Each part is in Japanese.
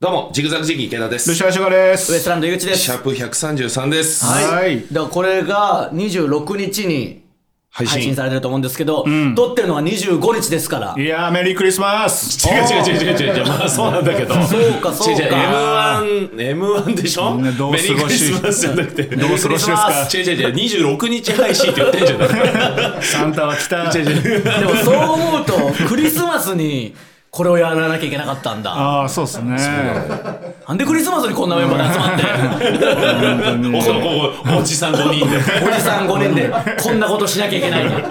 どうも、ジグザグジギー池田でルす。シファーシュガーです。ウエストランド井口でシすャ。ープ133です。いはいだからこれが26日に配配信信。されてると思うんですけど、撮ってるのは25日ですから。いやー、メリークリスマス違う違う違う違 う違う、まあそうなんだけど。そうか、そう違う違うか。 M1、M1 でしょみんなどう過ごしメリークリスマスじゃなくて。どう過ごしですか違う違う違う、26日配信って言ってんじゃないサンタは来た。違う違う。でもそう思うと、クリスマスにこれをやらなきゃいけなかったんだ。ああ、そうですね。なんでクリスマスにこんなメンバーで集まって、本当 にこここおじさん5人で、おじさん5人でこんなことしなきゃいけない の。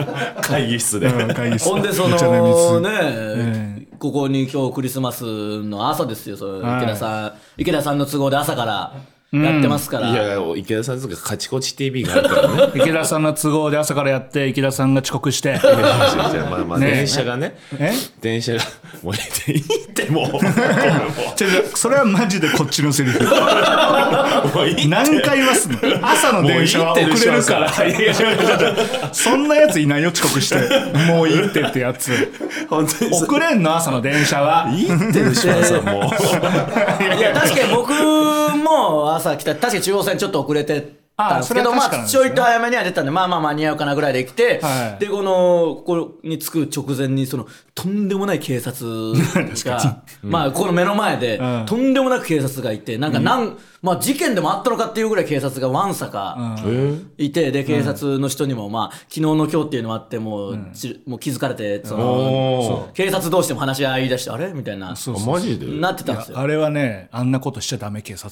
会議室で。うん 会議室ほんで、そお茶のの水ね、ここに今日クリスマスの朝ですよ、それはい池田さん、池田さんの都合で朝からやってますから。いや、池田さんとかカチコチ TV があるからね。池田さんの都合で朝からやって、池田さんが遅刻 して。違う違うまあまあ、ねえ電車がね。え電車が、もういいってもう。 も違う違うそれはマジでこっちのセリフ。うもういいって何回言わすの朝の電車は遅れるから。もういいってそんなやついないよ、遅刻して。もういいってってやつ。本当に。遅れんの、朝の電車は。いいってるしまさんもう。いや確かに僕も朝来た確かに中央線ちょっと遅れてたんですけどあそれはま確かなんあですちねょいと早めには出たんでまあまあ間に合うかなぐらいで来て、はいでこのここに着く直前にそのとんでもない警察がまあこの目の前で、うんとんでもなく警察がいてなんかなん、まあ事件でもあったのかっていうぐらい警察がわんさか。 いてで警察の人にも、まあ、昨日の今日っていうのもあってもう,ち、もう気づかれてそのお警察同士でも話し合い出してあれみたいなそうー。そうマジでなってたんですよ。あれはね、あんなことしちゃダメ、警察。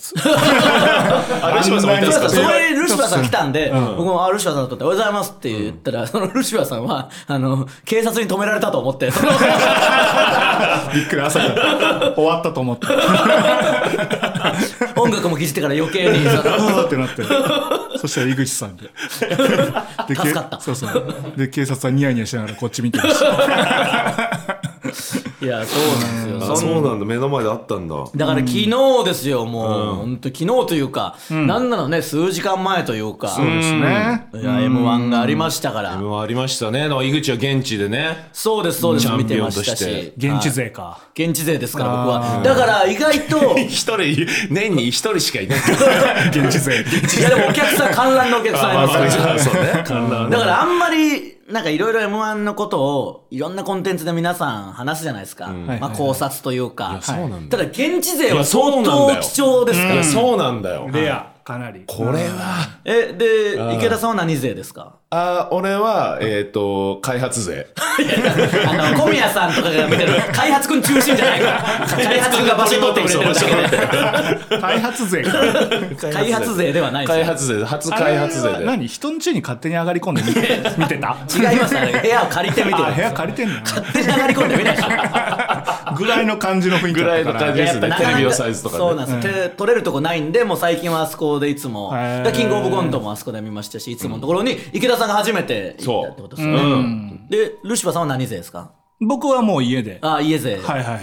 あれしまさんあんなに置いたんでそすこかへルシファーさん来たんで、僕も、あ、ルシファーさんだったって、おはようございますって言ったら、そのルシファーさんは、 あの、警察に止められたと思って、そ のびっくり、朝から。終わったと思って。音楽も聴いてから余計に、 そのうわーってなってそしたら井口さんでで助かったそうそうで警察はニヤニヤしながらこっち見てましたいや、そうなんですあよ。そそんうなんだ、目の前であったんだ。だから昨日ですよ、もう、本当昨日というか、なんなのね、数時間前というか、いすねや、M1 がありましたから、 M1 ありましたね。井口は現地でね。そうです、そうでチす、ャン見ピてオンまとししてたし、現地はい勢か現地勢ですから、僕あは。ーだから、意外 と、一人、年に一人しかいない。 現地勢いや、でもお客さん、観覧のお客さんいますから。そう ね。だからあんまり、なんかいろいろ M1 のことを、いろんなコンテンツで皆さん話すじゃないですか。まあ考察というか。そうなんただ現地勢いやはそうな相んだよ当貴重ですかいら。やそうなんだよ。レアかなりこれは、え、で、池田さんは何勢ですかあー俺は、えっと、開発税。あの、小宮さんとかが見 てる、開発くん中心じゃない から。開発くんが場所取ってくれてるだけで。開発勢か開発勢ではない開ですよ。発税、初開発税あれはで。何人の家に勝手に上がり込んで見て見てた違いますあれ部屋を借りてみてるあ。部屋借りてんの勝手に流れ込んでみないでしょ。ぐらいの感じの雰囲気ぐらいの感じいでややすっぱね。なテかなレかビのサイズとかそうね。なんですよ、手取れるとこないんでもう最近はあそこでいつもへーだからキングオブコントもあそこで見ましたしいつものところに池田さんが初めて行ったってことですよね、うん。でルシファーさんは何勢ですか僕はもう家であ家勢、はいはいは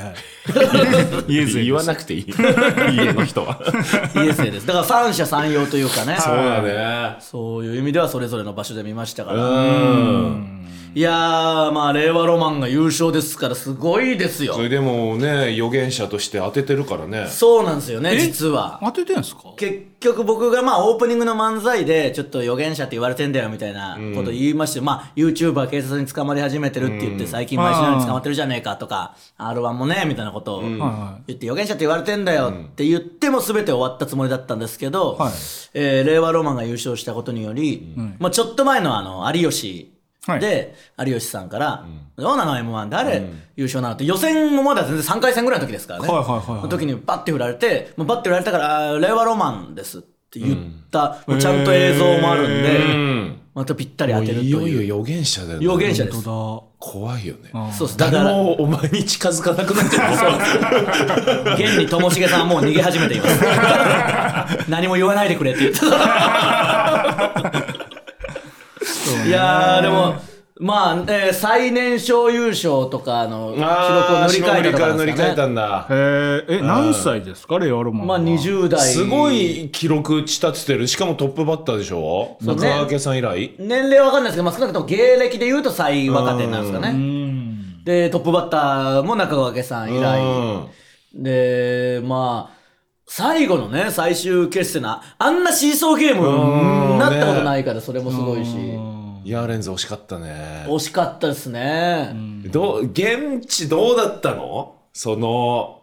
い 家勢言わですなくていい。 家の人は。家勢ですだから三者三様というかね そうだね。そういう意味ではそれぞれの場所で見ましたかうらん。いやーまあ令和ロマンが優勝ですからすごいですよそれでもね予言者として当ててるからねそうなんですよね実は当ててんすか結局僕がまあオープニングの漫才でちょっと予言者って言われてんだよみたいなこと言いまして、まあ YouTuber 警察に捕まり始めてるって言って最近毎週のように捕まってるじゃねえかとか R1 もねみたいなことをは言って予言者って言われてんだよって言っても全て終わったつもりだったんですけど、はいえー令和ロマンが優勝したことにより、まあちょっと前のあの有吉はいで、有吉さんから、どうなの M1 誰、優勝なのって予選もまだ全然3回戦ぐらいの時ですからね。はいはいはいはいの時にバッて振られて、もうバッて振られたから、あー令和ロマンですって言った、もうちゃんと映像もあるんで、うんまたぴったり当てるといよいよいう。予言者だよね予言者です。本怖いよねそうです。だか誰ら、もお前に近づかなくなっちゃう現にともしげさんはもう逃げ始めています。 何も言わないでくれって言ってた。いやー、でも、まあ、えー最年少優勝とかの記録あーを塗り替えたとか乗でりすか換ねえ。たんだだへええ何歳ですかレアロマンまはあ20代。すご。い記録打ち立ててるしかもトップバッターでしょそう中ね川家さん以来年齢はわかんないですけど、まあ、少なくとも芸歴で言うと最若手なんですかね。で、トップバッターも中川家さん以来。で、まあ、最後のね、最終決戦な、あんなシーソーゲームうんになったことないから、それもすごいし、イヤーレンズ惜しかったね惜しかったですね。どう現地どうだったのその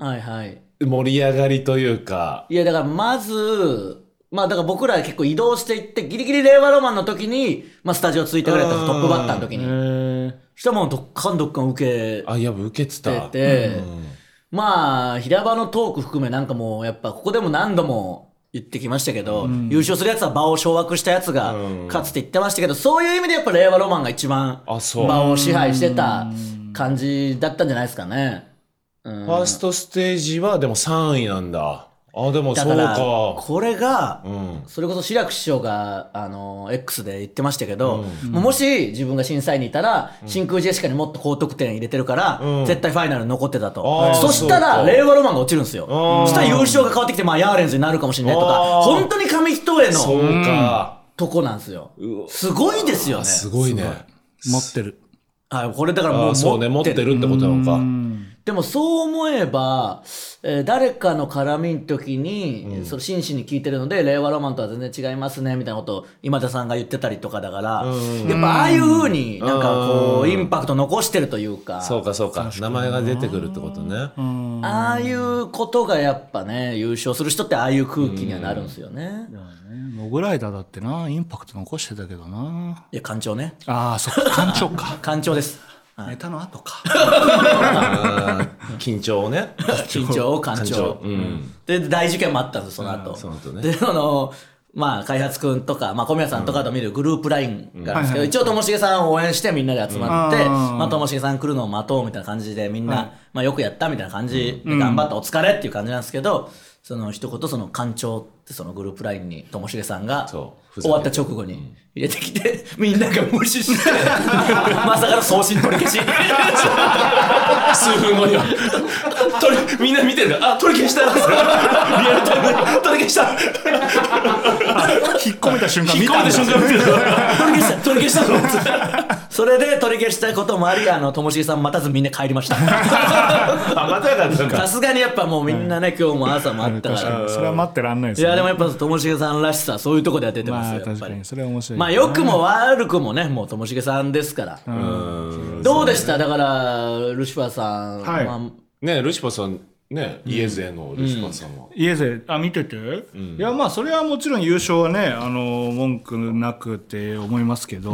はいはい。盛り上がりというかいや、だからまず、まあだから僕ら結構移動していって、ギリギリ令和ロマンの時に、まあスタジオついてくれたんですうんトップバッターの時へに。ーそしたらもうどっかんどっかん受けあいや受けててたて、うんまあ、平場のトーク含めなんかもう、やっぱここでも何度も言ってきましたけど、優勝するやつは場を掌握したやつがうん勝つって言ってましたけど、そういう意味でやっぱ令和ロマンが一番あそう場を支配してた感じだったんじゃないですかね。うんファーストステージはでも3位なんだあでもだそかうら、かこれが、うんそれこそ志らく師匠が、あの、X で言ってましたけど、もうもし自分が審査員にいたら、真空ジェシカにもっと高得点入れてるから、うん絶対ファイナル残ってたとあ。ーそしたそら、うか令和ロマンが落ちるんですよ。あーそしたら優勝が変わってきて、まあ、ヤーレンズになるかもしれないとかあ、ー本当に紙一重そのうかとこなんですようわ。すごいですよね。すごいね持ってる。はい、これだからもあうそうね持ってるってことなのかでもそう思えば、えー誰かの絡みの時に、その真摯に聞いてるので、令和ロマンとは全然違いますね、みたいなことを今田さんが言ってたりとかだから、うんやっぱああいう風になんかこうう、んインパクト残してるというか、そうかそうか名前が出てくるってことねうんああいうことがやっぱね、優勝する人ってああいう空気にはなるんですよね。だからねモグライダーだってな、インパクト残してたけどな。いや、館長ね。ああ、そっか、艦長か。館長です。 ネタの後か。うん緊張をね 緊張を館長。うんで、大事件もあったんです、その後。その後ねで、あの、まあ、開発くんとか、まあ、小宮さんとかと見るグループラインがあるんですけど、うん一応ともしげさんを応援してみんなで集まって、うんまあ、ともしげさん来るのを待とうみたいな感じで、みんな、まあ、よくやったみたいな感じで、頑張った、お疲れっていう感じなんですけど、その一言、その館長ってそのグループラインにともしげさんが、そうふざけて終わった直後に入れてきて、みんなが無視して、 まさかの送信取り消し。数分後には取りみんな見てるん だあ取り消したリアルタイム取り消した 引っ込めた瞬間見引っ込ためたんだ瞬間見てる取り消した取り消したの それで取り消したこともありあのともしげさん待たずみんな帰り ましたあまたやったんさかすがにやっぱもうみんなね、今日も朝もあった確かからに。それは待ってらんないでいすねやでもやっぱともしげさんらしさそういうとこでは出てますまよあ、やっ確ぱかりに、それは面白い。まあ良くも悪くもねもうともしげさんですから、どうでしただからルシファーさん、はいまあねルシファーさんね家勢のルシファーさんは家であ見てて、いやまあそれはもちろん優勝はねあの文句なくって思いますけど、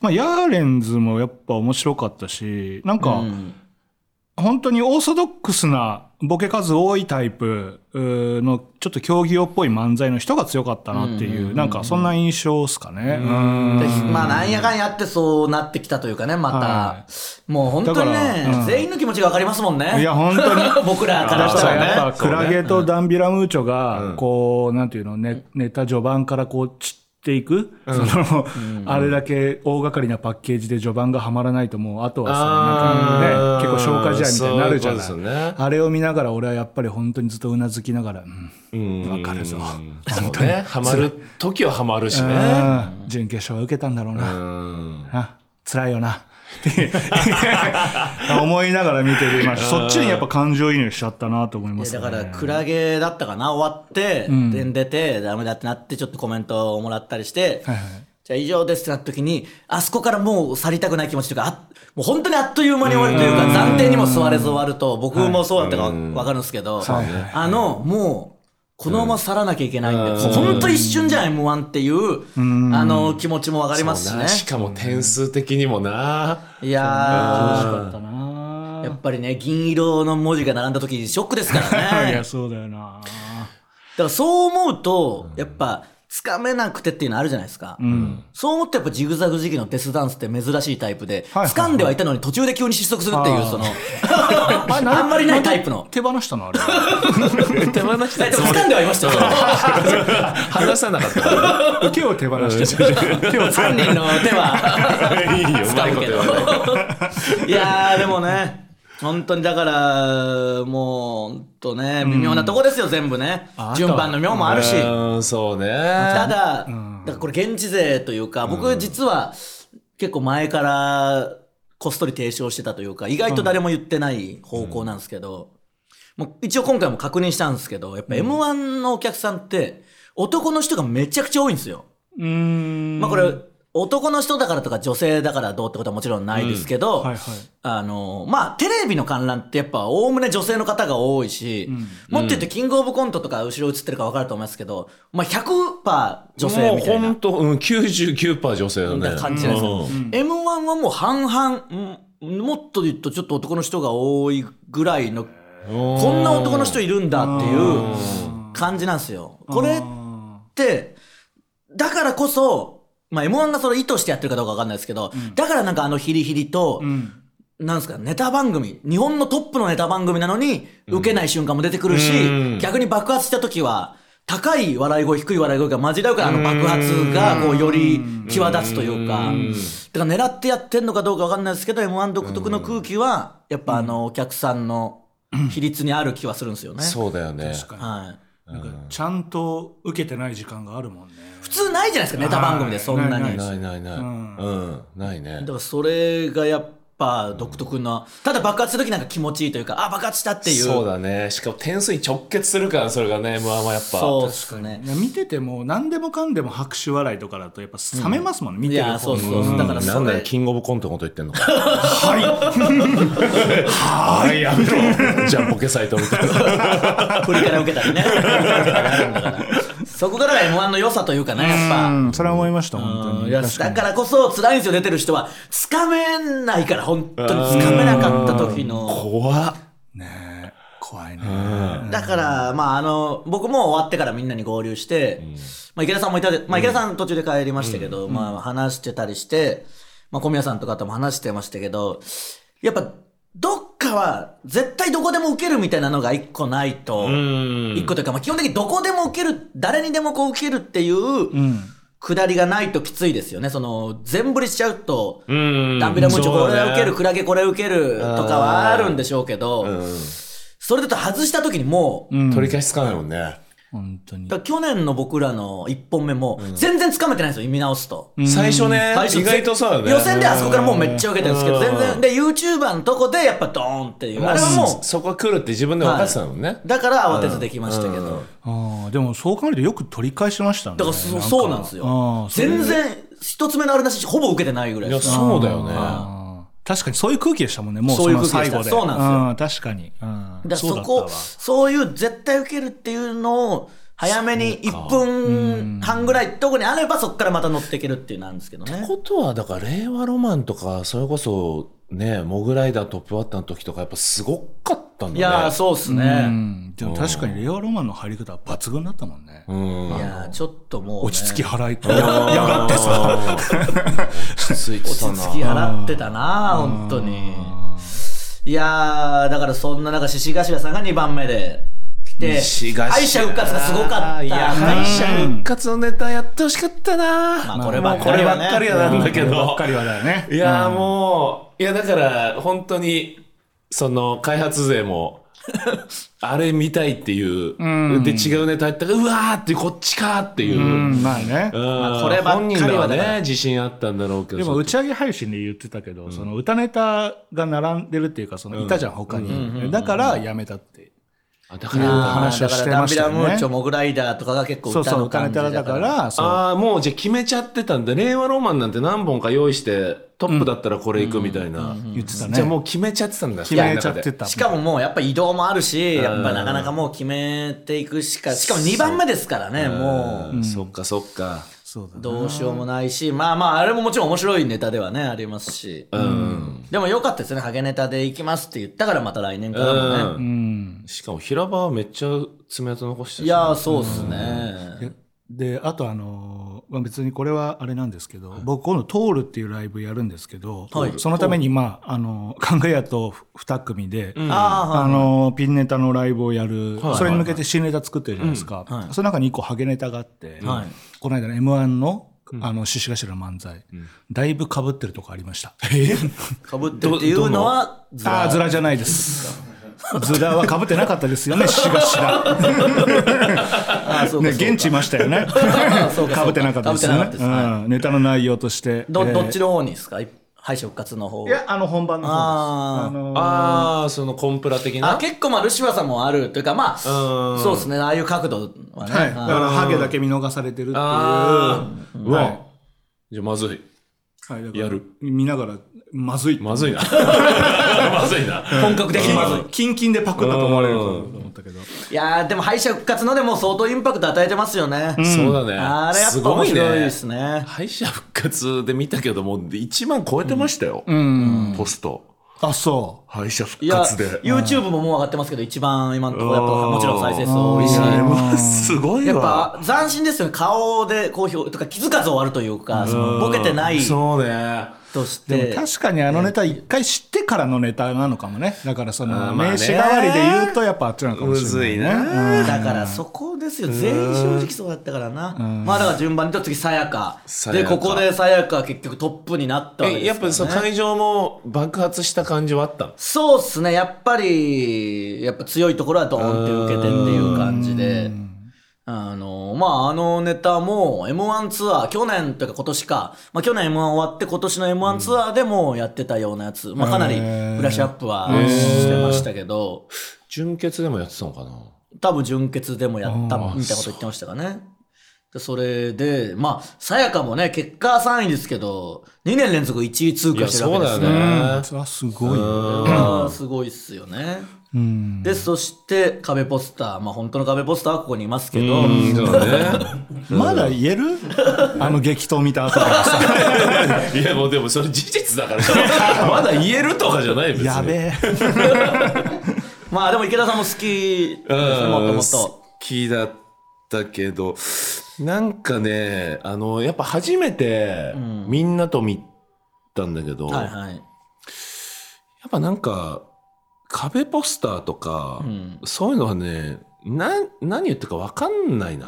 まあ、ヤーレンズもやっぱ面白かったしなんか、うん本当にオーソドックスなボケ数多いタイプうーのちょっと競技用っぽい漫才の人が強かったなっていう,、なんかそんな印象っすかね。うんでまあなんやかんやってそうなってきたというかねまた、はもう本当にねだからうん全員の気持ちが分かりますもんねいや本当に 僕らからだしたからねらやっぱそうクねラゲとダンビラムーチョがこうなんていうのねネタ序盤からこう散っていくそのあれだけ大掛かりなパッケージで序盤がはまらないともうあとはさあなんーかね結構消化試合みたいになるじゃそうないうことですよねいあれを見ながら俺はやっぱり本当にずっとうなずきながらううんんわかるぞそうねハマる時はハマるしねうん準決勝は受けたんだろううなんあ辛いよなって 思いながら見てる今そっちにやっぱ感情移入しちゃったなと思いますだねから、クラゲだったかな、終わって、で出て、ダメだってなって、ちょっとコメントをもらったりして、はいはいじゃあ以上ですってなった時に、あそこからもう去りたくない気持ちというか、あもう本当にあっという間に終わるというか、暫定にも座れず終わると、僕もそうだったかわかるんですけど、はいはいあの、もう、このまま去らなきゃいけないんで、もう本当一瞬じゃん、M1 っていう、あの、気持ちもわかりますしそうねな。しかも点数的にもないやだったなー、やっぱりね、銀色の文字が並んだ時、ショックですからね。 いや、そうだよな。だからそう思うと、やっぱ、つかめなくてっていうのあるじゃないですか。そう思ってやっぱジグザグ時期のデスダンスって珍しいタイプで、はいはいはい掴んではいたのに途中で急に失速するっていう、あーその、 あんまりないタイプの。手放したのあれ。手放しでも掴んではいましたよ。話さなかったからね 手を手放して。 手を使犯人の手は、いいようまい掴むことけ言どわない。 いやー、でもね、本当にだから、もう、ほんとね、微妙なとこですよ、全部ねああ。と順番の妙もあるし。うんそうたねだ、だからこれ現地勢というか、僕実は結構前からこっそり提唱してたというか、意外と誰も言ってない方向なんですけど、もう一応今回も確認したんですけど、やっぱ M1 のお客さんって、男の人がめちゃくちゃ多いんですよ。うーん。まあこれ、男の人だからとか女性だからどうってことはもちろんないですけど、はいはい。あの、まあ、テレビの観覧ってやっぱ、おおむね女性の方が多いし、もっと言って、キングオブコントとか後ろ映ってるか分かると思いますけど、まあ、100%女性もうみたいほなんと、うん、99%女性だね。な感じじゃないですか。M1 はもう半々、うんもっと言うとちょっと男の人が多いぐらいの、うんこんな男の人いるんだっていう感じなんですよ。これって、だからこそ、まあ、M1 がそれ意図してやってるかどうか分かんないですけど、だからなんかあのヒリヒリと、うん。なんですか、ネタ番組、日本のトップのネタ番組なのに、受けない瞬間も出てくるし、うん逆に爆発した時は、高い笑い声、低い笑い声が混じり合うから、あの爆発が、こう、より際立つというか、だから狙ってやってんのかどうかわかんないですけど、M1 独特の空気は、やっぱあの、お客さんの比率にある気はするんですよね。そうだよね。確かに。はい。なんかちゃんと受けてない時間があるもんね。普通ないじゃないですか、ネタ番組でそんはなにい。ないないない。うんうん、ないねだか。らそれがやっぱ独特な、ただ爆発した時なんか気持ちいいというか、あ、爆発したっていう。そうだね。しかも点数に直結するから、それがね、M1 はやっぱ。そうですね。見てても何でもかんでも拍手笑いとかだとやっぱ冷めますもんね、見いてるや、そう方そう。だかならそんだれよ、キングオブコントのこと言ってんのか。はーいやめろじゃあ、ボケサイトみたいな。振りから受けたりね。そこからが M1 の良さというかね、やっうぱ。んそれは思いました本当うんにいや確かだにからこそ辛いんですよ、出てる人は。つかめないから、本当につかめなかった時の。怖っ。ねえ怖いねだから、まあ、あの、僕も終わってからみんなに合流して、まあ、池田さんもいたで、まあ、池田さん途中で帰りましたけど、まあ、話してたりして、まあ、小宮さんとかとも話してましたけど、やっぱ、どっかは、絶対どこでも受けるみたいなのが一個ないと、うん。一個というか、まあ、基本的にどこでも受ける、誰にでもこう受けるっていうううんくだりがないときついですよね。その、全振りしちゃうと、うん。ダンビラムーチョこれそうね受ける、クラゲこれ受けるとかはあるんでしょうけど、うんそれだと外したときにもう、取り返しつかないもんね。本当にだから去年の僕らの1本目も、全然つかめてないんですよ、見直すと。最初ね最、初意外とそうだよね。予選であそこからもうめっちゃ受けてるんですけど、うん全然、で、YouTuber のとこでやっぱドーンっていう。あれはもそこは来るって自分で分かってたもんね。う、だから慌てずできましたけど。ああでもそう考えるとよく取り返しましたねだからそそうなんですあよあ。そ全然、一つ目のあれなし、ほぼ受けてないぐらいいでや、す。そうだよね。ああ確かにそういう空気でしたもんねもうそういのう空最気でした後でそうなんですよ確かにうんだからそそうだこっそ、ういう絶対受けるっていうのを、早めに1分半ぐらいとこにあれば、そこからまた乗っていけるっていうのなんですけどね。ことは、だから、令和ロマンとか、それこそ、ね、モグライダートップバッターの時とか、やっぱすごかったんだね。いやー、そうっすたわうね。んでも確かにレオロマンの入り方は抜群だったもんねうん。いやー、ちょっともう、ね、落ち着きき、払いややがってさ 落ち着いてたな。落ち着き払ってたな、本当に。いやー、だからそんな中、獅子頭さんが2番目で来て、西頭敗者復活がすごかった。いや、敗者復活のネタやってほしかったな。まあこればっこかりれはばねっかりはなんだけばっどか。りはだよねいやーもう、いやだから本当に、その開発勢も、あれ見たいっていう、うんで違うネタやったから、うわーってこっちかーっていう。うんまあねうんまあこればっかりは本人らはだからね、自信あったんだろうけど。でも打ちち上げ配信で言ってたけど、その歌ネタが並んでるっていうかそのいたじゃん他に、だからやめたって、あだかいうら、話をしてましたよねだからダンビラムーチョ、モグライダーとかが結構そう歌そうの歌感ネじタだからそうああ、もうじゃあ決めちゃってたんだ。令和ロマンなんて何本か用意して、トップだったらこれいくみたいな。言ってたねじゃあもう決めちゃってたんだ。決めちゃってたしかももうやっぱ移動もあるし、やっぱなかなかもう決めていくしか、しかも2番目ですからね、もうんそっかそっか。そうだう、ねどうしようもないし、まあまあ、あれももちろん面白いネタではね、ありますし。うん。でも良かったですね、ハゲネタで行きますって言ったからまた来年からもね。ううんしかも平場はめっちゃ爪痕残してたしいやー、そうっすね。であとあのーまあ、別にこれはあれなんですけど、僕今度「通る」っていうライブやるんですけど、はいそのためにまああのー考えやと2組で、ああのーピンネタのライブをやる、はいそれに向けて新ネタ作ってるじゃないですか、うんはいその中に1個ハゲネタがあって、はいこの間の m 1のあの獅子頭の漫才、だいぶかぶってるとこありました、えあ、かぶってるっていうのは、ずあーズラじゃないですズラはかぶってなかったですよね獅子頭、あー、そうね、かそうか現地いましたよねあーそうかそうかかぶってなかったですよ被ってね、なかったですはいうんネタの内容としてどえーどっちの方にですか敗者復活の方いや、あの、本番の方あーです。のーああ、そのコンプラ的あな。結構まあルシファーさんもあるというかまあうんそうですねああいう角度はね、はい。だはから、ハゲだけ見逃されてるっていう。はああ、うわ。じゃあまずい。い。だからやる。見ながら、まずい。まずいな。 まずいな。い本格的にまずいキンキンでパクったと思われるかと思ったけど。いやーでも敗者復活のでも相当インパクト与えてますよね、そうだね。あれやっぱ面白いですね敗者復活で見たけども、1万超えてましたよ。ポスト。あ、そ敗者復いや活で。 YouTube ももう上がってますけど一番今のところやっぱもちろん再生数多いしあれはすごいやっわ。ぱ斬新ですよね顔で好評とか気づかず終わるというかそのボケてないそうね。としう。でても確かにあのネタ一回知ってからのネタなのかもね。だからそあーのまあね名刺代わりで言うとやっぱあっちなのかもむしれない。ずいな。だからそこですよ全員正直そうだったからなまあだから順番にと次さやかさでやかここでさやかは結局トップになったわけえ、でやすっかぱら、ね、その会場も爆発した感じはあったのそうっすねやっぱりやっぱ強いところはドーンって受けてっていう感じで。あのまああのネタも m 1ツアー去年というか今年か、まあ、去年 m 1終わって今年の m 1ツアーでもやってたようなやつ、まあ、かなりへブーラッシュアップはしてましたけど純潔でもやってたのかな多分純潔でもやったみたいなこと言ってましたかねでそれでまあさやかもね結果3位ですけど2年連続1位通過してるわけですいやそうだよねうん。それはすごいよ。これはすごいっすよね。うん。で、そして壁ポスター。まあ、本当の壁ポスターはここにいますけど、そうだね。まだ言える あの激闘見た後からさ。 いやもうでもそれ事実だ から。まだ言えるとかじゃない別に。やべえ。まあ、でも池田さんも好きですうね、んもっともっと好。きだったけど、なんかね、あの、やっぱ初めてみんなと見たんだけど、はいやはい。っぱなんか、壁ポスターとか、うんそういうのはね、な、何言ってるかわかんないな。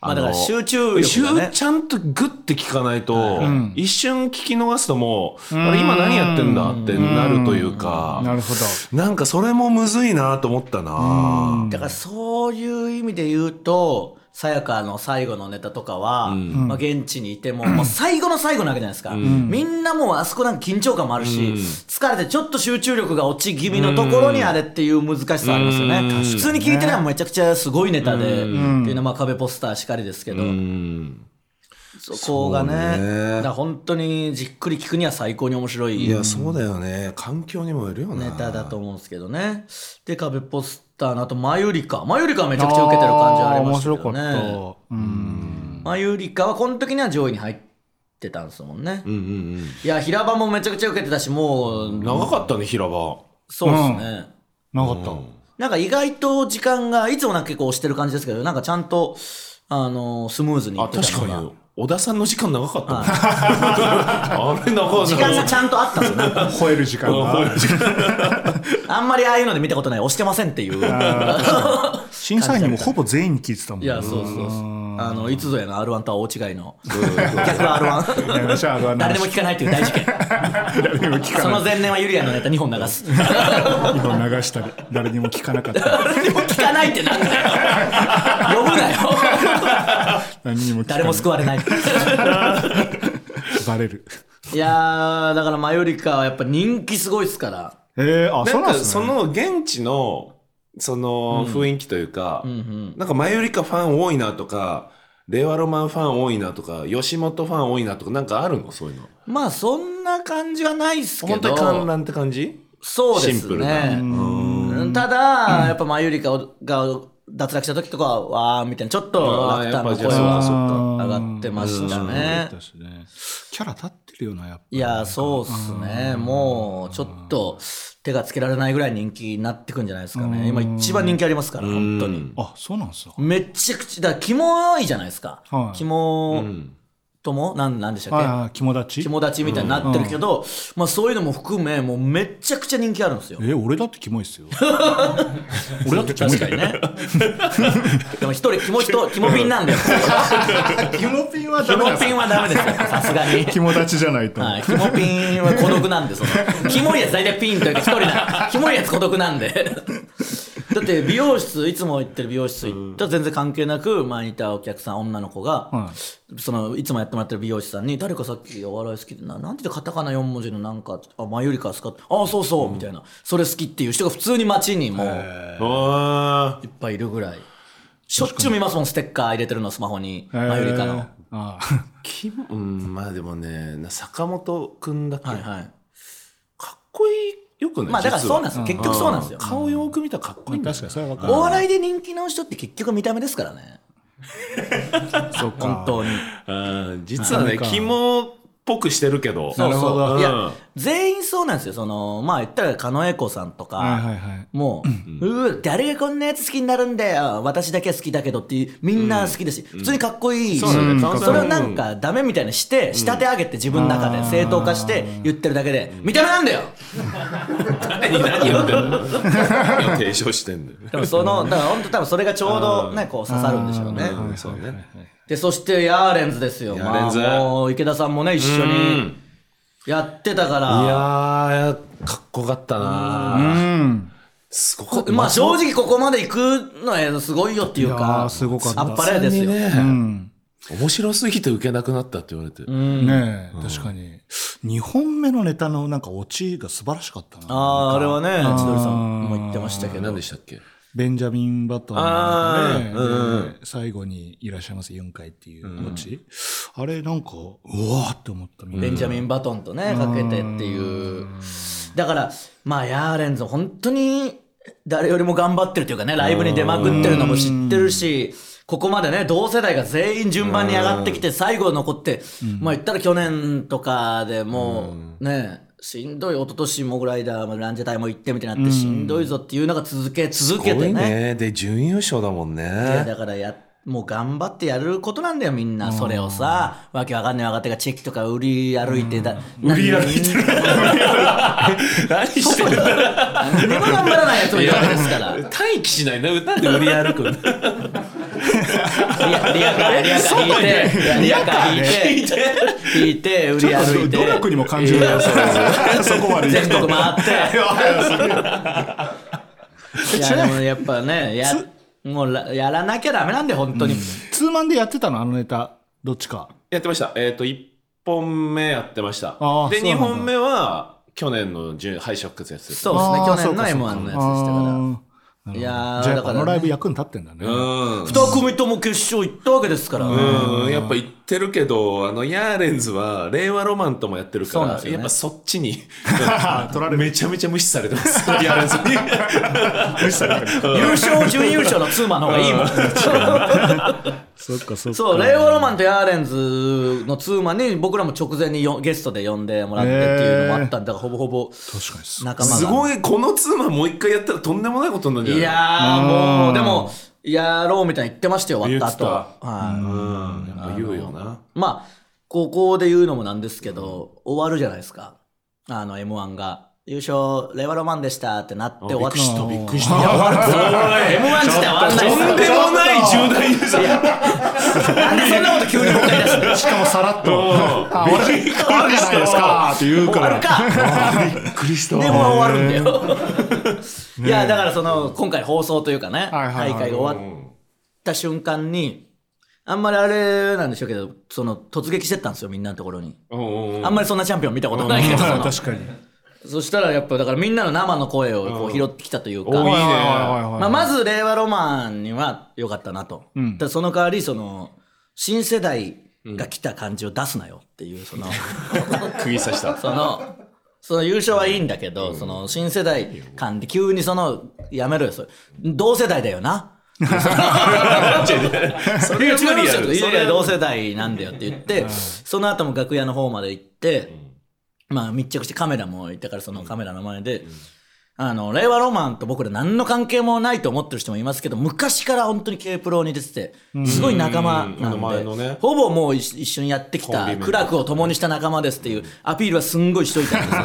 まあ、だからの集中力がね。ちゃんとグッて聞かないと、ん一瞬聞き逃すともう、んあれ今何やってんだってなるというなか、るほど。なんかそれもむずいなと思ったな。だから、そういう意味で言うと、さやかの最後のネタとかは、んまあ、現地にいても、もう最後の最後なわけじゃないですか。みんなもうあそこなんか緊張感もあるし、うん疲れてちょっと集中力が落ち気味のところにあれっていう難しさありますよね。うん確かにね普通に聞いてればめちゃくちゃすごいネタで、んっていうのはまあ壁ポスターしかりですけど、うんそこがねそうねだから本当にじっくり聞くには最高に面白いいや、ネそうだよね。環境にもよるよな。タだと思うんですけどねで壁ポスターのあとマユリカマユリカはめちゃくちゃ受けてる感じはありましたけどあー面ね白かった。うん。マユリカはこの時には上位に入ってたんですもんね、うんうんうん。いや平場もめちゃくちゃ受けてたしもう長かったね、平場。そうですね、なかった。なんか意外と時間がいつもなんか結構押してる感じですけどなんかちゃんとあのスムーズにいあ、ってた確のがかに。小田さんの時間長かったね。 あれ長かった。時間がちゃんとあったんですよね吠える時間が。あんまりああいうので見たことない、押してませんっていう。審査員にもほぼ全員に聞いてたもんいね。や、そうそうそう。あの、いつぞやの R1 とは大違いの、逆の R1。やめましょう R1 の話誰でも聞かないっていう大事件。その前年はユリアのネタ2本 流す。今流したり、誰にも聞かなか った。誰でも聞かないってなんだよ。呼ぶなよ。何にも聞かない誰も救われない。バレる。いやー、だからマユリカはやっぱ人気すごいっすから。えー、あ、なそうんなんかですそね。の現地のその雰囲気というか、んなんか前よりかファン多いなとか、令和ロマンファン多いなとか、吉本ファン多いなとか、なんかあるのそういうの。まあ、そんな感じはないっすけ本当に観ど。覧って感じそうでシンすプルなね。ただ、やっぱマユリカが脱落した時とかは、わーみたいな、ちょっとあー落胆のや声っぱじゃあはそうか上がってましたね。キャラ立ってるよな、やっぱ。いや、そうっすね。もう、ちょっと手がつけられないぐらい人気になってくんじゃないですかね。今一番人気ありますから、本当に。あ、そうなんですか。めちゃくちゃ、だから、キモいじゃないですかは。いキモとも、なん、なんでしたっけああ、肝立ち友達みたいになってるけど、まあそういうのも含め、もうめちゃくちゃ人気あるんですよ。え、俺だってキモいっ すよ。俺だってキモい確かにね。でも一人、キモ人、キモピンな んだよ。キモピンはキモピンはダメですよ、さすが に。肝立ちじゃないと。はい、キモピンは 孤独なんで、その、キモいやつ大体ピンというか一人な、キモいやつ孤独なんで。だって美容室いつも行ってる美容室行ったら全然関係なく前にいたお客さん女の子が、、はいそのいつもやってもらってる美容師さんに「誰かさっきお笑い好きでななんて言うカタカナ4文字のなんかあマユリカですか?」ああそうそう」みたいなそれ好きっていう人が普通に街にもういあっぱいいるぐらいしょっちゅう見ますもんステッカー入れてるのスマホにマユリカの、えーああきうんまあでもねな坂本くんだっけ、はいはいかっこいいよくないまあだから実はそうなんですよ結局そうなんですよう顔よく見たらかっこいいんだよ確かにそれは分かるお笑いで人気の人って結局見た目ですからねそうか本当にうん実はなんねか肝っぽくしてるけどなるほどうんいや全員そうなんですよそのまあ言ったら狩野英孝さんとか、はいはいはいもう、うー誰がこんなやつ好きになるんだよ私だけは好きだけどっていうみんな好きだし、普通にかっこいいし、そうだねうん炭酸それをなんかダメみたいにして仕立て上げて自分の中で正当化して言ってるだけで、見た目なんだよ誰に何言ってんの何を提唱してんのよでもそのだから本当多分それがちょうどねこう刺さるんでしょうねうんそうねでそしてヤーレンズですよヤーレンズまあ、もう池田さんもね一緒にやってたいかやーらかっこよかったうなんすごかったまあ正直ここまで行くのはすごいよっていういやかーすごかったあっぱれですよ、ねうん面白すぎて受けなくなったって言われてうんねえ確かに2本目のネタのなんかオチが素晴らしかったなあああれはねん千鳥さんも言ってましたけど何でしたっけベンジャミン・バトンのねあーで最後に「いらっしゃいますユンカイ」っていうオチあれなんかうわーって思ったみんなベンジャミン・バトンとね、かけてっていう。だから、まあ、ヤーレンズ、本当に誰よりも頑張ってるというかね、ライブに出まくってるのも知ってるし、ここまでね、同世代が全員順番に上がってきて、最後残って、まあ言ったら去年とかでもう、ね、しんどい、一昨年モグライダーもランジェタイも行ってみたいになって、しんどいぞっていうのが続け、続けすごていね。ねで準優勝だもんいやねだからやもう頑張ってやることなんだよみんなそれをさわけわかんない若手がチェキとか売り歩いてだ売り歩いてる何してんだ何にも頑張らないやつもいるわけですからリ待機しないななんで売り歩くんだアリアカーリアカー引いてリアカー引いて引いて売り歩いて努力にも感じるよそ れそこまで行く全国と回っていちなやでもやっぱねやもうらやらなきゃダメなんで本当に、ツーマンでやってたのあのネタどっちかやってました。えっ、と、1本目やってましたあー。で、そうな2んだ本目は、去年の準敗者復活やつです。そうですねあー去年のそうか m そうか1のやつでしたかあらーいやーじゃあやだっかぱあらねのライブ役に立ってんだね うん。 2組とも決勝行ったわけですから、うん、やっぱ言ってるけど、あの、ヤーレンズは、令和ロマンともやってるかそうなら、んですよねやっぱそっちに、めちゃめちゃ無視されてます。ヤーレンズに。無視されてる。優勝準優勝のツーマンの方がいいもんそっかそっかそう、令和ロマンとヤーレンズのツーマンに僕らも直前によゲストで呼んでもらってっていうのもあったんだから、ほぼほぼ確かにす仲間が。すごい、このツーマンもう一回やったらとんでもないことになるんじゃないいやー、もう、でも、やろうみたいに言ってましたよ、終わった後。言っはうん、やっぱ言うよな。い。まあ、ここで言うのもなんですけど、終わるじゃないですか。あの、M1 が。優勝、令和ロマンでしたってなって終わっびっくりした、た。びっくりした。 お M1 自体終わんないいでとすんでもない重大ニュースだなんでそんなこと急に思い出すのしかもさらっとうんあ、俺が行くじゃないですかって言う終かわるら。かびっくりした。でもう終わるんだよ。 いや、だからその、今回放送というかね、はいはいはい大会が終わった瞬間に、あんまりあれなんでしょうけど、その、突撃してったんですよ、みんなのところに。うんあんまりそんなチャンピオン見たことないけど、その確かに。そしたらやっぱ、だからみんなの生の声をこう拾ってきたというか、おいいねまあ、まず令和ロマンには良かったなと、んただその代わりその新世代が来た感じを出すなよっていうその、 釘刺した。その、その優勝はいいんだけど、その新世代間で急にその、やめろよ、それ。同世代だよな。 そいやれが無理や違うる。いそやいやれ同世代なんだよって言って、その後も楽屋の方まで行って、まあ密着してカメラもいたからそのカメラの前で、あの、令和ロマンと僕ら何の関係もないと思ってる人もいますけど、昔から本当に K プロに出てて、すごい仲間うんあの前なのんでね、ほぼもう一一緒にやってきコンビた、名苦楽を共にした仲間ですっていうアピールはすんごいしといたんですよ。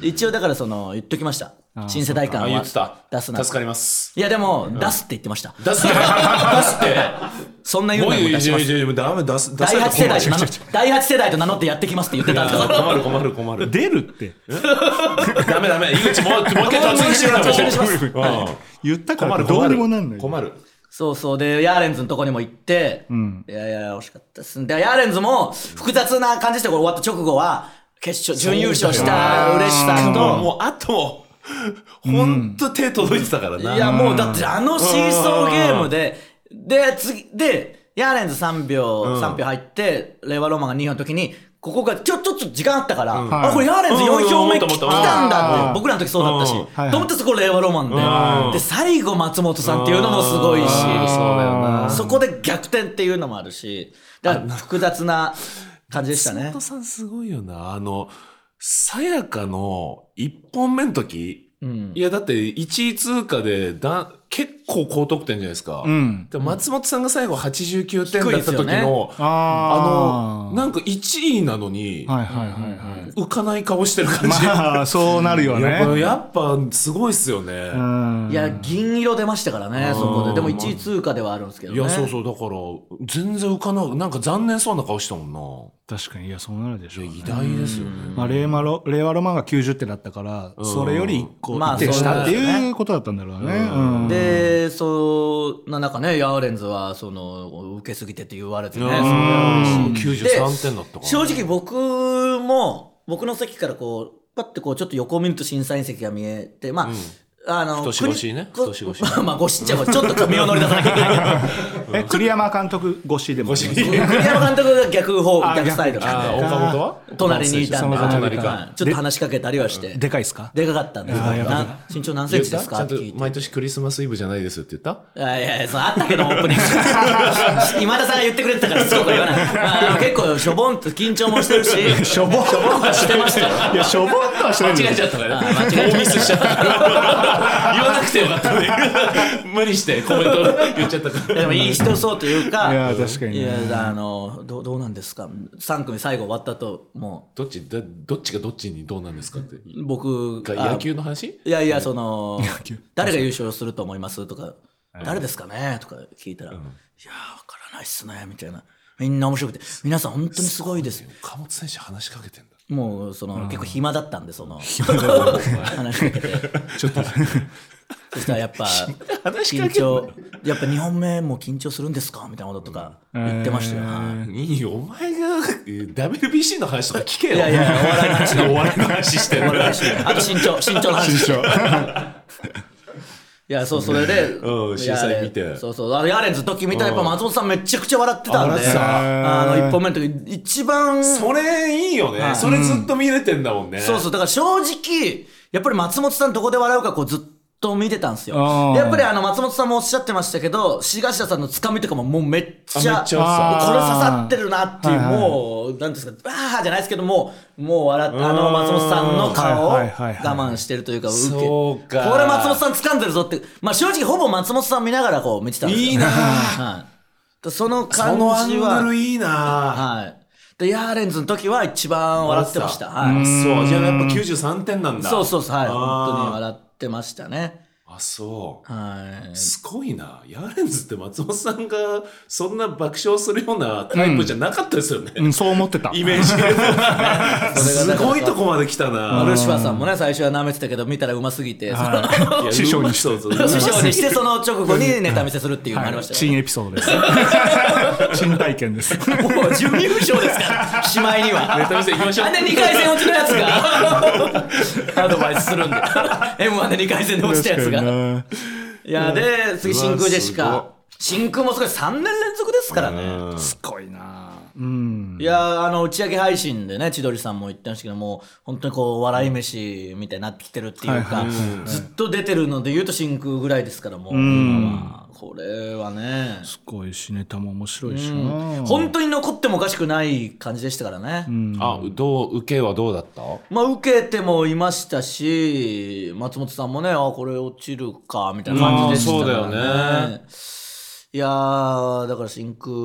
一応だからその、言っときました。新世代あ、感言はってた。出すな。助かります。いやでも、出すって言ってました。 出すって。出すって。そんな言うもうのいいもよい出いしよまいいす。よいいよダメ出す出第され8て世困代ると名乗って、第8世代と名乗ってやってきますって言ってたんですいやよ。困る困る困る出るって。ダメダメ井口もうもう 一回突撃しろよ突撃しますもううん言ったか困らるどう困にるもなんない。困るそうそう。で、ヤーレンズのとこにも行って、んいやいや、惜しかったです。で、ヤーレンズも複雑な感じでしたこれ終わった直後は、決勝、準優勝した嬉しさもうと、もうあとほんと手届いてたからないや、もうだってあのシーソーゲームで、で、次、で、ヤーレンズ3秒、ん3票入って、令和ロマンが2票の時に、ここがちょ、ちょっと時間あったから、はいあ、これヤーレンズうんうん4票目うん思った思来ったたんだっあーて、僕らの時そうだったしうんはいは、いと思ってそこ令和ロマンうんで、で、最後松本さんっていうのもすごいし、あーそうだよなそこで逆転っていうのもあるし、だから複雑な感じでしたね本。さんすごいよなあのさやかの1本目の時うんいやだって1位通過でだ結構高得点じゃないですか、うん。でも松本さんが最後89点低いだでっすたよ時ねの、ああのあ。なんか1位なのに、はいはいはいはい。浮かない顔してる感じ、まあ、そうなるよやっぱね。やっぱすごいっすよね、うんいや、銀色出ましたからね、そこで。でも1位通過ではあるんですけどいね。やそうそうだから全然浮かなくなんか残念そうな顔したも確かに、いや、そうなるでしんょなういね。や偉大ですよね、まあ、令和ロ令和ロマンが90点だったから、うんそれより1個まあ1点したってそうだよいねうことだったんだろうね。うんうんで、その中ね、ヤーレンズは、その、受けすぎてって言われてね、うそんれは嬉しい93点だったから、正直僕も、僕の席からこう、パッてこう、ちょっと横を見ると審査員席が見えて、まあ、あの、太しごしね国太しごしまあまあ、ごしっちゃうちょっと髪を乗り出さなきゃいけないかえ栗山監督越しでもありますら。栗山監督が逆方、あ逆サイドなんああで岡本は隣にいたんで、その隣かはいちょっと話しかけたりはして。でかいっすかでかかったんですよあやばいな身長何セ言ンっチでたすちゃかっんてと聞いて。毎年クリスマスイブじゃないですって言ったいやいやいや、そうあったけど、オープニング。今田さんが言ってくれてたから、すごく言わない。まああの、結構、しょぼんと緊張もしてるし、しょぼんとはしてましたよ。いや、しょぼっとはしてないんだよゃったねあ間違えちゃった大ミスしちゃった言わなくてよかったね 無理してコメント言っちゃったかいやでも、いい人そうというか、いや、確かにいね。や、あの、どうどうなんですか ?3 組最後終わったと、もどっちだどっちがどっちにどうなんですかってう、僕が、野球の話いやいや、その球、誰が優勝すると思いますとか、誰ですかねとか聞いたら、いやー、わからないっすね、みたいな。みんな面白くて、皆さん本当にすごいです。岡本選手話しかけてんだもう、その、結構暇だったんで、その、 話しかけて。ちょっと、そしたらやっぱ、緊張、やっぱ2本目も緊張するんですかみたいなこととか言ってましたよ。はいいいよお前がえー WBC の話とか聞けよいやいや、お笑いの話お笑いの話してるあと身 長、身長の話。一緒。いや、そう、それで、うん審査員見てヤーレンそうそう、あの、ヤーレンズの時見たら、やっぱ松本さんめちゃくちゃ笑ってたんで笑って、たあの、1本目の時、一番、それいいよね、はいそれずっと見れてんだもんねそうそう、だから正直、やっぱり松本さんどこで笑うかこうずっと見てたんですよあ。ーやっぱりあの松本さんもおっしゃってましたけど、志頭さんのつかみとかももうめっちあゃ、めっちゃあーこれ刺さってるなっていう、はいはいもう、なんていうんですか、あーじゃないですけどもう、もう笑って、あのうん松本さんの顔をは我いはいはいはい慢してるというか、受けそうかこれ松本さん掴んでるぞって、まあ正直ほぼ松本さん見ながらこう見てたんですよ。いいなぁはいそのそ感じのアは。ングルいいなはい。で、ヤーレンズの時は一番笑ってました。あはい。そうじゃあやっぱ93点なんだそうそうそう、はい。あー本当に笑ってましたね。あそうはい。すごいなヤーレンズって松本さんがそんな爆笑するようなタイプじゃなかったですよね、うん、そう思ってた。イメージすごいとこまで来たマなルシファーさんもね、最初は舐めてたけど、見たらうますぎて、そのいや師匠にしそうそう師匠にして、その直後にネタ見せするっていうのもありました 新よ。エピソードです。 新体験です。もう準優勝ですから、しまいに は。ネタ見せ行きましょうなんで2回戦落ちのやつが、アドバイスする んで。M1 で2回戦で落ちたやつが。いや、で、次、真空ジェシうわカ。真空もすごい3年連続ですからね。すごいなうん。いやーあの打ち上げ配信でね千鳥さんも言ってましたけどもう本当にこう笑い飯みたいになってきてるっていうか、ずっと出てるので言うと真空ぐらいですからもう、まあこれはねすごいし、ネタも面白いしな本当に残ってもおかしくない感じでしたからね、あどう受けはどうだったまあ受けてもいましたし松本さんもねあこれ落ちるかみたいな感じでしたからうんそうだよねいやーだから真空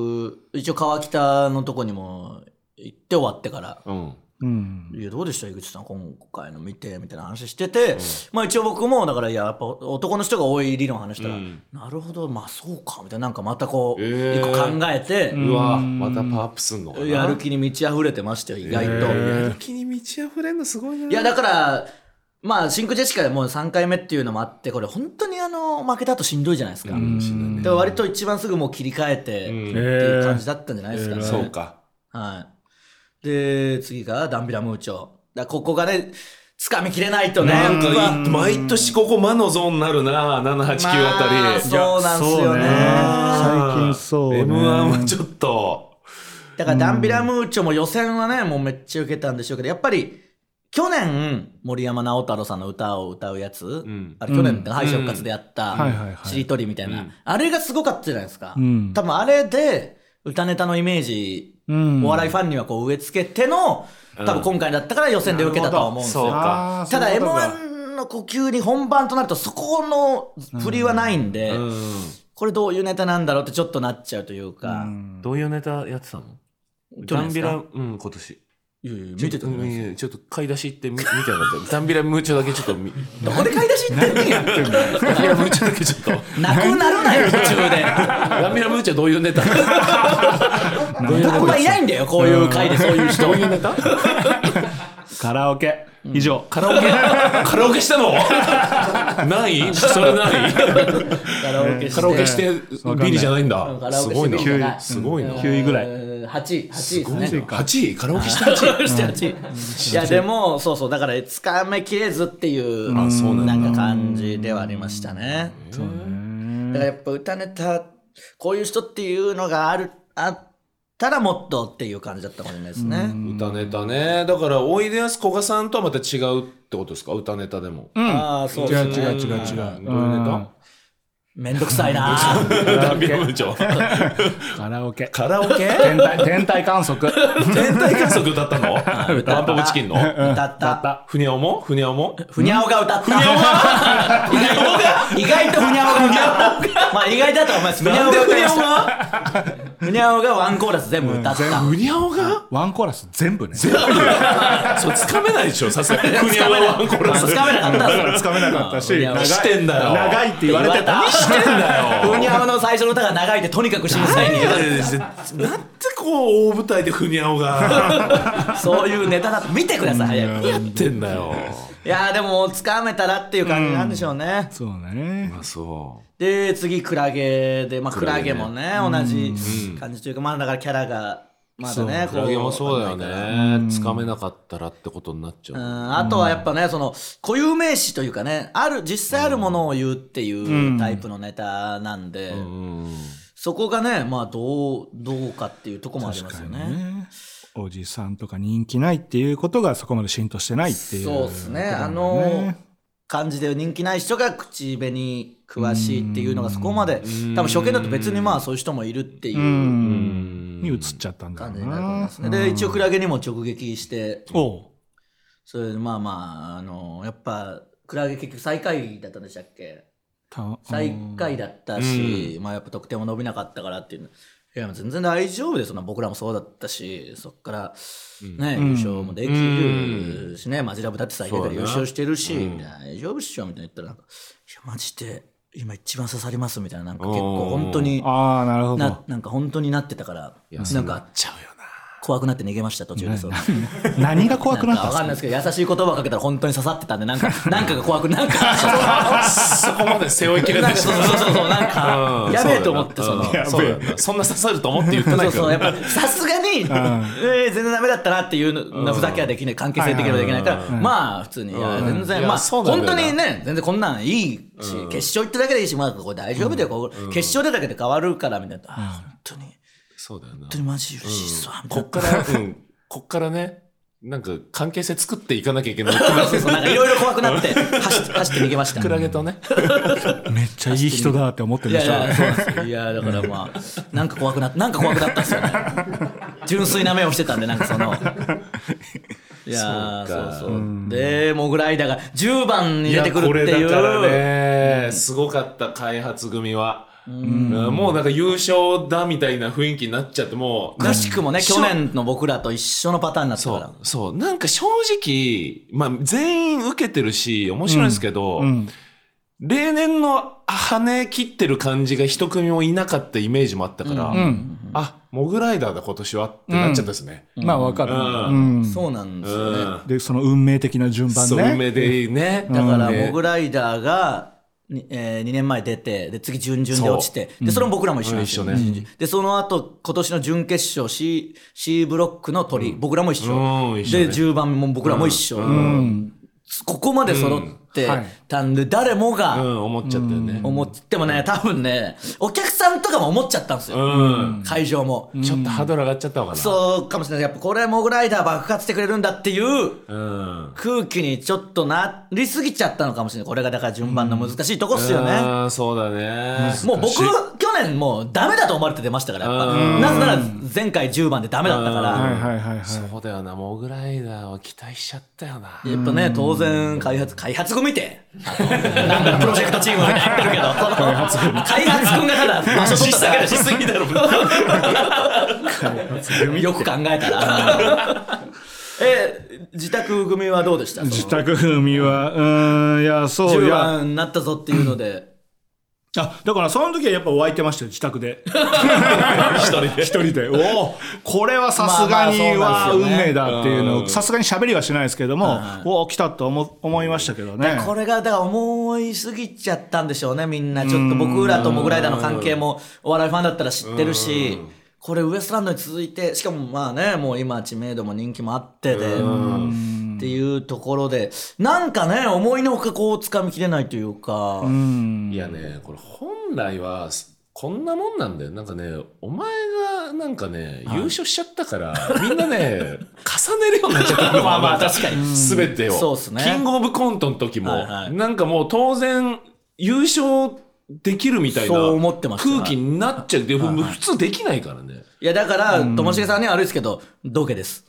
一応川北のとこにも行って終わってから。うんうんいやどうでした井口さん今回の見てみたいな話してて、まあ一応僕もだからいややっぱ男の人が多い理論話したら、うんなるほどまあそうかみたいななんかまたこうえー一個考えて、うわまたパワーアップすんのかなやる気に満ち溢れてましたよ意外と、えーやる気に満ち溢れんのすごいないいやだからまあシンクジェシカでもう3回目っていうのもあってこれ本当にあの負けたとしんどいじゃないですか、うんしんどいねで割と一番すぐもう切り替えて、うんっていう感じだったんじゃないですかね、えーそうかはい。で、次がダンビラムーチョ。だここがね、掴みきれないとね、なん僕はかい毎年ここ魔のゾーンになるな789あまたあり、そうなんすよねいやそうね最近そうね m 1はちょっとだからダンビラムーチョも予選はね、もうめっちゃ受けたんでしょうけど、やっぱり、去年、森山直太朗さんの歌を歌うやつ、んあれ去年って敗者復活でやった、うんはいはいはいしりとりみたいな、うんあれがすごかったじゃないですか。うん多分あれで、歌ネタのイメージ、うんお笑いファンにはこう植え付けての、うん多分今回だったから予選で受けたとは思うんですよ。なるほどそうあーただそういうことか M1 の呼吸に本番となるとそこの振りはないんで、うこれどういうネタなんだろうってちょっとなっちゃうというか、うんんどういうネタやってたの去ダ年ンビですかラうん今年いやいや見てたんじゃないですかうんちょっと買い出し行ってみ見てなかったダンビラムーチョだけちょっと見どこで買い出し行ってんねんダやンビラムーチョだ けちょっとなくなるなよ途中でダンビラムーチョどういうネ タ僕はいないんだよこういう回でそういう人どういうネタカラオケ以上カラ オケカラオケした のないそれないカラオケして カラオケしてわかんないビリじゃないんうんだカラオすケごいしてなビリじゃないすごいな9位ぐらい8位8位すごいですねな8位カラオケした8位いやでもそうそうだからつかめきれずっていうあそうなんだなんか感じではありましたねそうねだからやっぱ歌ネタこういう人っていうのがあるあったらもっとっていう感じだったかもしれないですね。歌ネタねだからおいでやすこがさんとはまた違うってことですか歌ネタでもうんああそう違ですうね違う違う違う。どういうネタめんどくさいなーダンビラムー チョタカラオケ。カラオケ天体、天体観測。天体観測 歌ったのワン歌ったパブチキンの歌った。ふにゃおもふにゃおもふにゃおが歌った。ふにゃおが意外とふにゃおが歌った。まあ意外だと思います。ふにゃおが歌いました。ふにゃおがワンコーラス全部歌った。ふにゃおがワンコーラス全部 ね。それつかめないでしょさすがにふにゃおはワンコーラスつかめなかったんですつかめなかったし、うん長い何してんだよ長いって言われてた。何してんだよふにゃおの最初の歌が長いってとにかく審査員に言われてなんてこう大舞台でふにゃおがそういうネタだと見てください早くやってんだよいやーでもつかめたらっていう感じなんでしょうね、そうね。あ そうで次クラゲでまあクララゲゲねもね同じ感じというかまあだからキャラがまだねクラゲもそうだよわかんないからねつかめなかったらってことになっちゃううんあとはやっぱねその固有名詞というかねある実際あるものを言うっていうタイプのネタなんで、うんそこがねまあどうどうかっていうとこもありますよね。ねおじさんとか人気ないっていうことがそこまで浸透してないっていう。。そうですねあの感じで人気ない人が口紅詳しいっていうのがそこまで多分初見だと別にまあそういう人もいるっていううんに移っちゃったんだ感ろじうになると思いなますね。。で一応クラゲにも直撃しておうそれでまあまああのやっぱクラゲ結局最下位だったんでしたっけた最下位だったし、まあやっぱ得点も伸びなかったからっていうのいや全然大丈夫ですよ僕らもそうだったしそっから、ね優勝もできるしね、マジラブだって最下位から優勝してるし、みたいな大丈夫っしょみたいな言ったらなんかいやマジで今一番刺さりますみたいななんか結構本当にああ、なるほど。ななんか本当になってたからなんかちゃうよな怖くなって逃げました途中 でそう。何が怖くななんったかんですかわかんないですけど優しい言葉をかけたら本当に刺さってたん でなんかなんかが怖くなんかそこまで背負いきれななんいかでしょそうそうそうそうなんかうんやべえと思ってそのそうだよなうんそうだよなそんな刺さると思って言ってないそうからそうやっぱさすがに、えー全然ダメだったなっていうのふざけはできない関係性的にはできないから、まあ普通に、いや全然いやまあそうなん本だ当よなにね全然こんなんいいし、決勝行っただけでいいしまあこれ大丈夫だよ、ここ決勝出ただけで変わるからみたいな、あー本当に本そうだよな当にマジ嬉しいっすわ、みたこいっな。から、うん、こっからね、なんか関係性作っていかなきゃいけない。そうそうなんかいろいろ怖く なって走って走って逃げました。クラゲとね、めっちゃいい人だって思っているでやいしょ。や、そうなんですよ。いや、だからまあ、なんか怖くなっなんか怖くなったんですよね。純粋な目をしてたんで、なんかその。いやーそうかそうそうで、モグライダーが10番に出てくるっていいやこれだからう。ね、すごかった開発組は。うんもうなんか優勝だみたいな雰囲気になっちゃって、もう、くしくもね、うん去年の僕らと一緒のパターンになったそかうら。、そう。なんか正直、まあ全員受けてるし、面白いんですけど、うん例年の跳ね切ってる感じが一組もいなかったイメージもあったから、うんあ、モグライダーだ今年はってなっちゃったですね。まあわかる、ううんそうなんですうよね。ん。でその運命的な順番そう、ね梅でね。だから、モねグライダーが、にえー、2年前出て、で、次、準々で落ちて、で、それも僕らも一緒なんですようん一緒ね準々で、その後、今年の準決勝、C、C ブロックの鳥、僕らも一緒。うん一緒ねで、10番も僕らも一緒。うんここまで揃ってたんで、誰もうがん、思っちゃったよね。思ってもね、多分ね、お客さんとかも思っちゃったんですよ。うん。会場も。ちょっとハードル上がっちゃったのかな。そうかもしれない。やっぱこれモグライダー爆発してくれるんだっていううん。空気にちょっとなりすぎちゃったのかもしれない。これがだから順番の難しいとこっすよね。ああ、そうだね。もう僕は去年もうダメだと思われて出ましたから、やっぱ。なぜなら前回10番でダメだったかはいら。はいはいはいそうだよな、モグライダーは期待しちゃったよな。やっぱね、当然、開発、開発組見て、あのなんだプロジェクトチームみたいになってるけど、その開発組がただ場所取っただけだし、すぎだろ、よく考えたら。 え、自宅組はどうでした自宅組はうーんいやそうい10や番になったぞっていうので、あだからその時はやっぱ湧いてましたよ自宅で一人でおおこれはさすがにまあまあはそう運なん命ですよねだっていううのんをさすがに喋りはしないですけれどもはいおお来たと思思いましたけどねこれがだから思いすぎちゃったんでしょうねみんなちょっと僕らとモグライダーの関係もお笑いファンだったら知ってるしこれウエストランドに続いてしかもまあねもう今知名度も人気もあってでっていうところでなんかね思いのほかこう掴みきれないというかいやね、これ本来は、こんなもんなんだよ。なんかね、お前がなんかね、優勝しちゃったから、みんなね、重 ねるようになっちゃった。 まあまあ確かにすべてを。そうっすねキングオブコントの時も、はいはいなんかもう当然、優勝できるみたいなそう思ってました空気になっちゃう。で、普通できないからね。いやだからともしげさんには悪いですけど土下です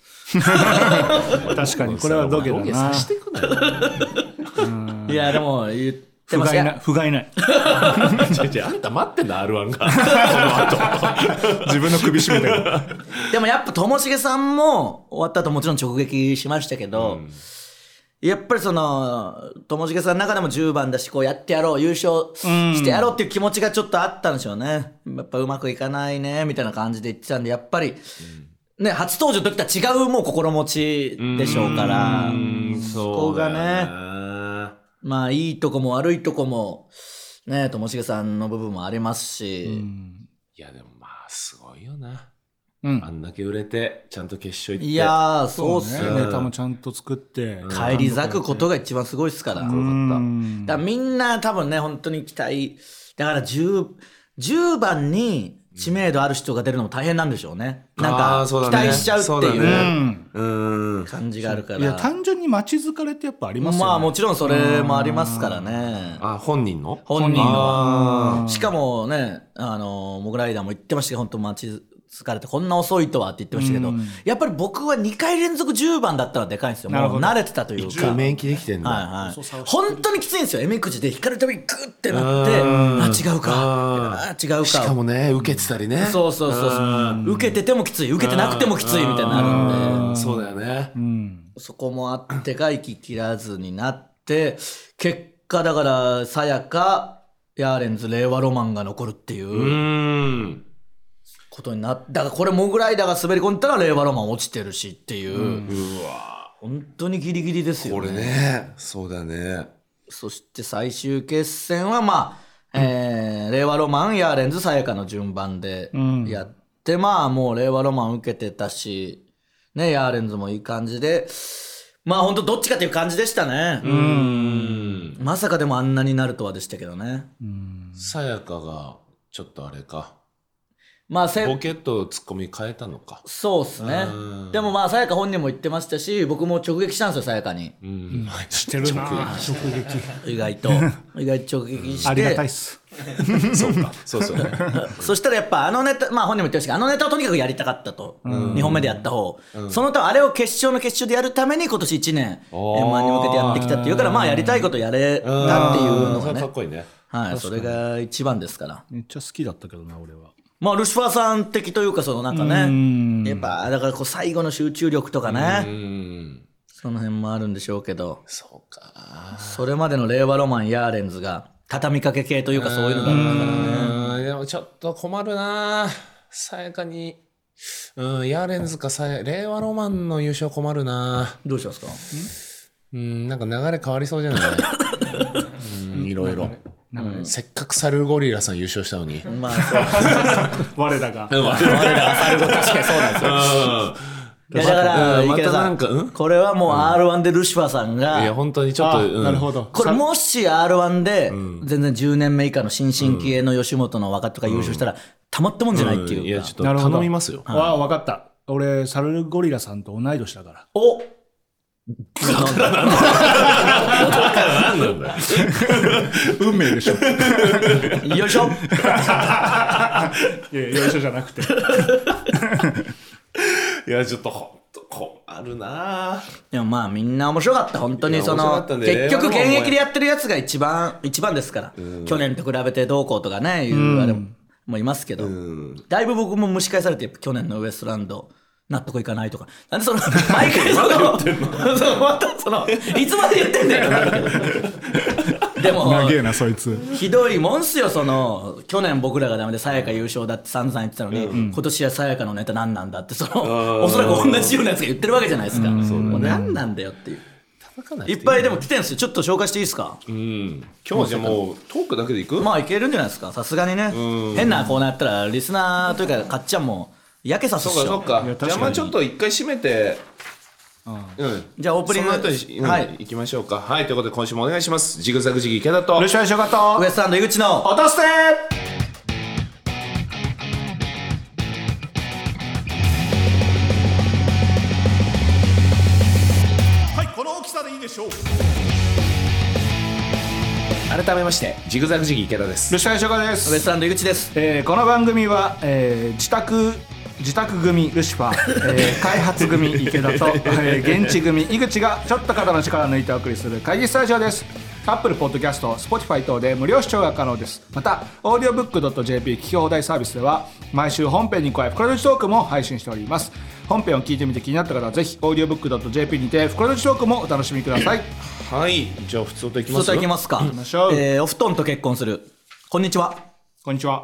確かにこれはドゲだ土下さなせてくな よ。いやでも言って不ま甲す斐ないよ不甲斐ない違う違うあんた待ってんだ、R1 が。この後。自分の首絞めて る でもやっぱともしげさんも終わった後もちろん直撃しましたけど、やっぱりそのともしげさんの中でも10番だしこうやってやろう優勝してやろうっていう気持ちがちょっとあったんでしょうねやっぱうまくいかないねみたいな感じで言ってたんでやっぱり、ね初登場の時とは違うもう心持ちでしょうからこそうがねね。まあいいとこも悪いとこもねともしげさんの部分もありますし、いや、でもまあ、すごいよな。うんあんだけ売れて、ちゃんと決勝行って。いやーそうっすねねネタもちゃんと作って返り咲くことが一番すごいですから。うんだからみんな多分ね、本当に期待。だから10、10番に知名度ある人が出るのも大変なんでしょうね。なんあか、ー期そうだね待しちゃうってそうだうねいうんうん。感じがあるから。いや単純に待ち疲れってやっぱありますよねまあもちろんそれもありますからね。あ、本人の本人あは。しかもね、あの、モグライダーも言ってましたけど、本当待ち疲れてこんな遅いとはって言ってましたけど、やっぱり僕は2回連続10番だったらでかいんですよ。なるもほうど慣れてたというか。免疫できてんだ。はいはい、本当にきついんですよ、えみくじで光るたびにグッてなって、あ違うか、あ違うか、しかもね、受けてたりね。そうそうそうそう、受けててもきつい、受けてなくてもきついみたいになるんで、うんそうだよね。そこもあってか、息切らずになって、結果、だから、さやか、ヤーレンズ、令和ロマンが残るっていうううん。ことになって、だからこれ、モグライダーが滑り込んだら、令和ロマン落ちてるしっていう、本当にギリギリですよこれね、そうだね。そして最終決戦は、まあ、えー令和ロマン、ヤーレンズ、さやかの順番でやって、まあ、もう令和ロマン受けてたし、ね、ヤーレンズもいい感じで、まあ、本当どっちかっていう感じでしたね。うん。まさかでもあんなになるとはでしたけどね。さやかが、ちょっとあれか。まあせボケとツッコミ変えたのか。そうですねうんでもまあさやか本人も言ってましたし僕も直撃したんですよさやかに うん。知てるなそう 意外と意外と直撃してありがたいっす。か。そう そう、ね。そしたらやっぱあのネタ、まあ本人も言ってましたけど、あのネタをとにかくやりたかったと。2本目でやった方。その他あれを決勝の決勝でやるために今年1年、おー M1 に向けてやってきたっていうから、まあやりたいことやれたっていうのそがれかねっ。こいいね。はい、それが一番ですから。めっちゃ好きだったけどな、俺は。まあルシファーさん的というか、そのなんかうんね、やっぱだからこう最後の集中力とかうね、ん。その辺もあるんでしょうけど、そうか。それまでの令和ロマン、ヤーレンズが畳みかけ系というかそういうのがあるからね。うん。でもちょっと困るな。さやかに。うん、ヤーレンズかさや、令和ロマンの優勝困るな。どうしますかうん、なんか流れ変わりそうじゃないうん、いろいろ。うんせっかくサルゴリラさん優勝したのに。まあ そう。 我らが。いやだから、うん池田またさなんん、かうんこれはもう R1 でルシファーさんいや、が、本当にちょっと、うんなるほど。これもし R1 で、全然10年目以下の新進気鋭の吉本の若手が優勝したら、たまったもんじゃないってんいいうや、かちょっ。となるほど頼みますよ。 わあ、わかった。俺、サルゴリラさんと同い年だから。お何なんだよ。運命でしょ。よいしょいや、よいしょじゃな くて。いや、ちょっとほんと困るなでもまあみんな面白かった、本当にそいや面白の、かったね結局現役でやってるやつが一番、一番ですから、去年と比べてどうこうとかね、いうあれももいますけど、だいぶ僕も蒸し返されて、やっぱ去年のウエストランド、納得いかないとか。なん でその、毎回その、そうまたその、いつまで言ってんだよってなる けど。でも、長えな、そいつ。ひどいもんっすよ、その、去年僕らがダメで、さやか優勝だって散々言ってたのに、今年はさやかのネタ何なんだって、その、おそらく同じようなやつが言ってるわけじゃないですか。もう何なんだよっていう。叩かないっぱいでも来てんすよ。ちょっと紹介していいですかうん。今日じゃもうトークだけでいくまあいけるんじゃないですか。さすがにね。変なコーナーやったら、リスナーというか、かっちゃんも、やけさすっそうしょかそうかいや確か。にじゃあまあちょっと一回締めて。うん。じゃあオープニングその後に、ははいい、行きましょうか。はい、ということで今週もお願いします。ジグザグジギ池田と。よいしょよいしょかった。ウエストランド井口の、落として改めまして、ジグザグジギ池田です。ルシャイショカでウエスす。トランド井口です。えーこの番組は、えー自宅、自宅組ルシファー、えー開発 組池田と、えー現地組井口がちょっと肩の力を抜いてお送りする会議スタジオです。Apple Podcast、Spotify 等で無料視聴が可能です。また、audiobook.jp 聞き放題サービスでは、毎週本編に加え、袋とじトークも配信しております。本編を聞いてみて気になった方は、ぜひ audiobook.jp にて、袋とじトークもお楽しみください。はい。じゃあ普通といきそまうすといきますか。ましょうえーお布団と結婚する。こんにちは。こんにちは。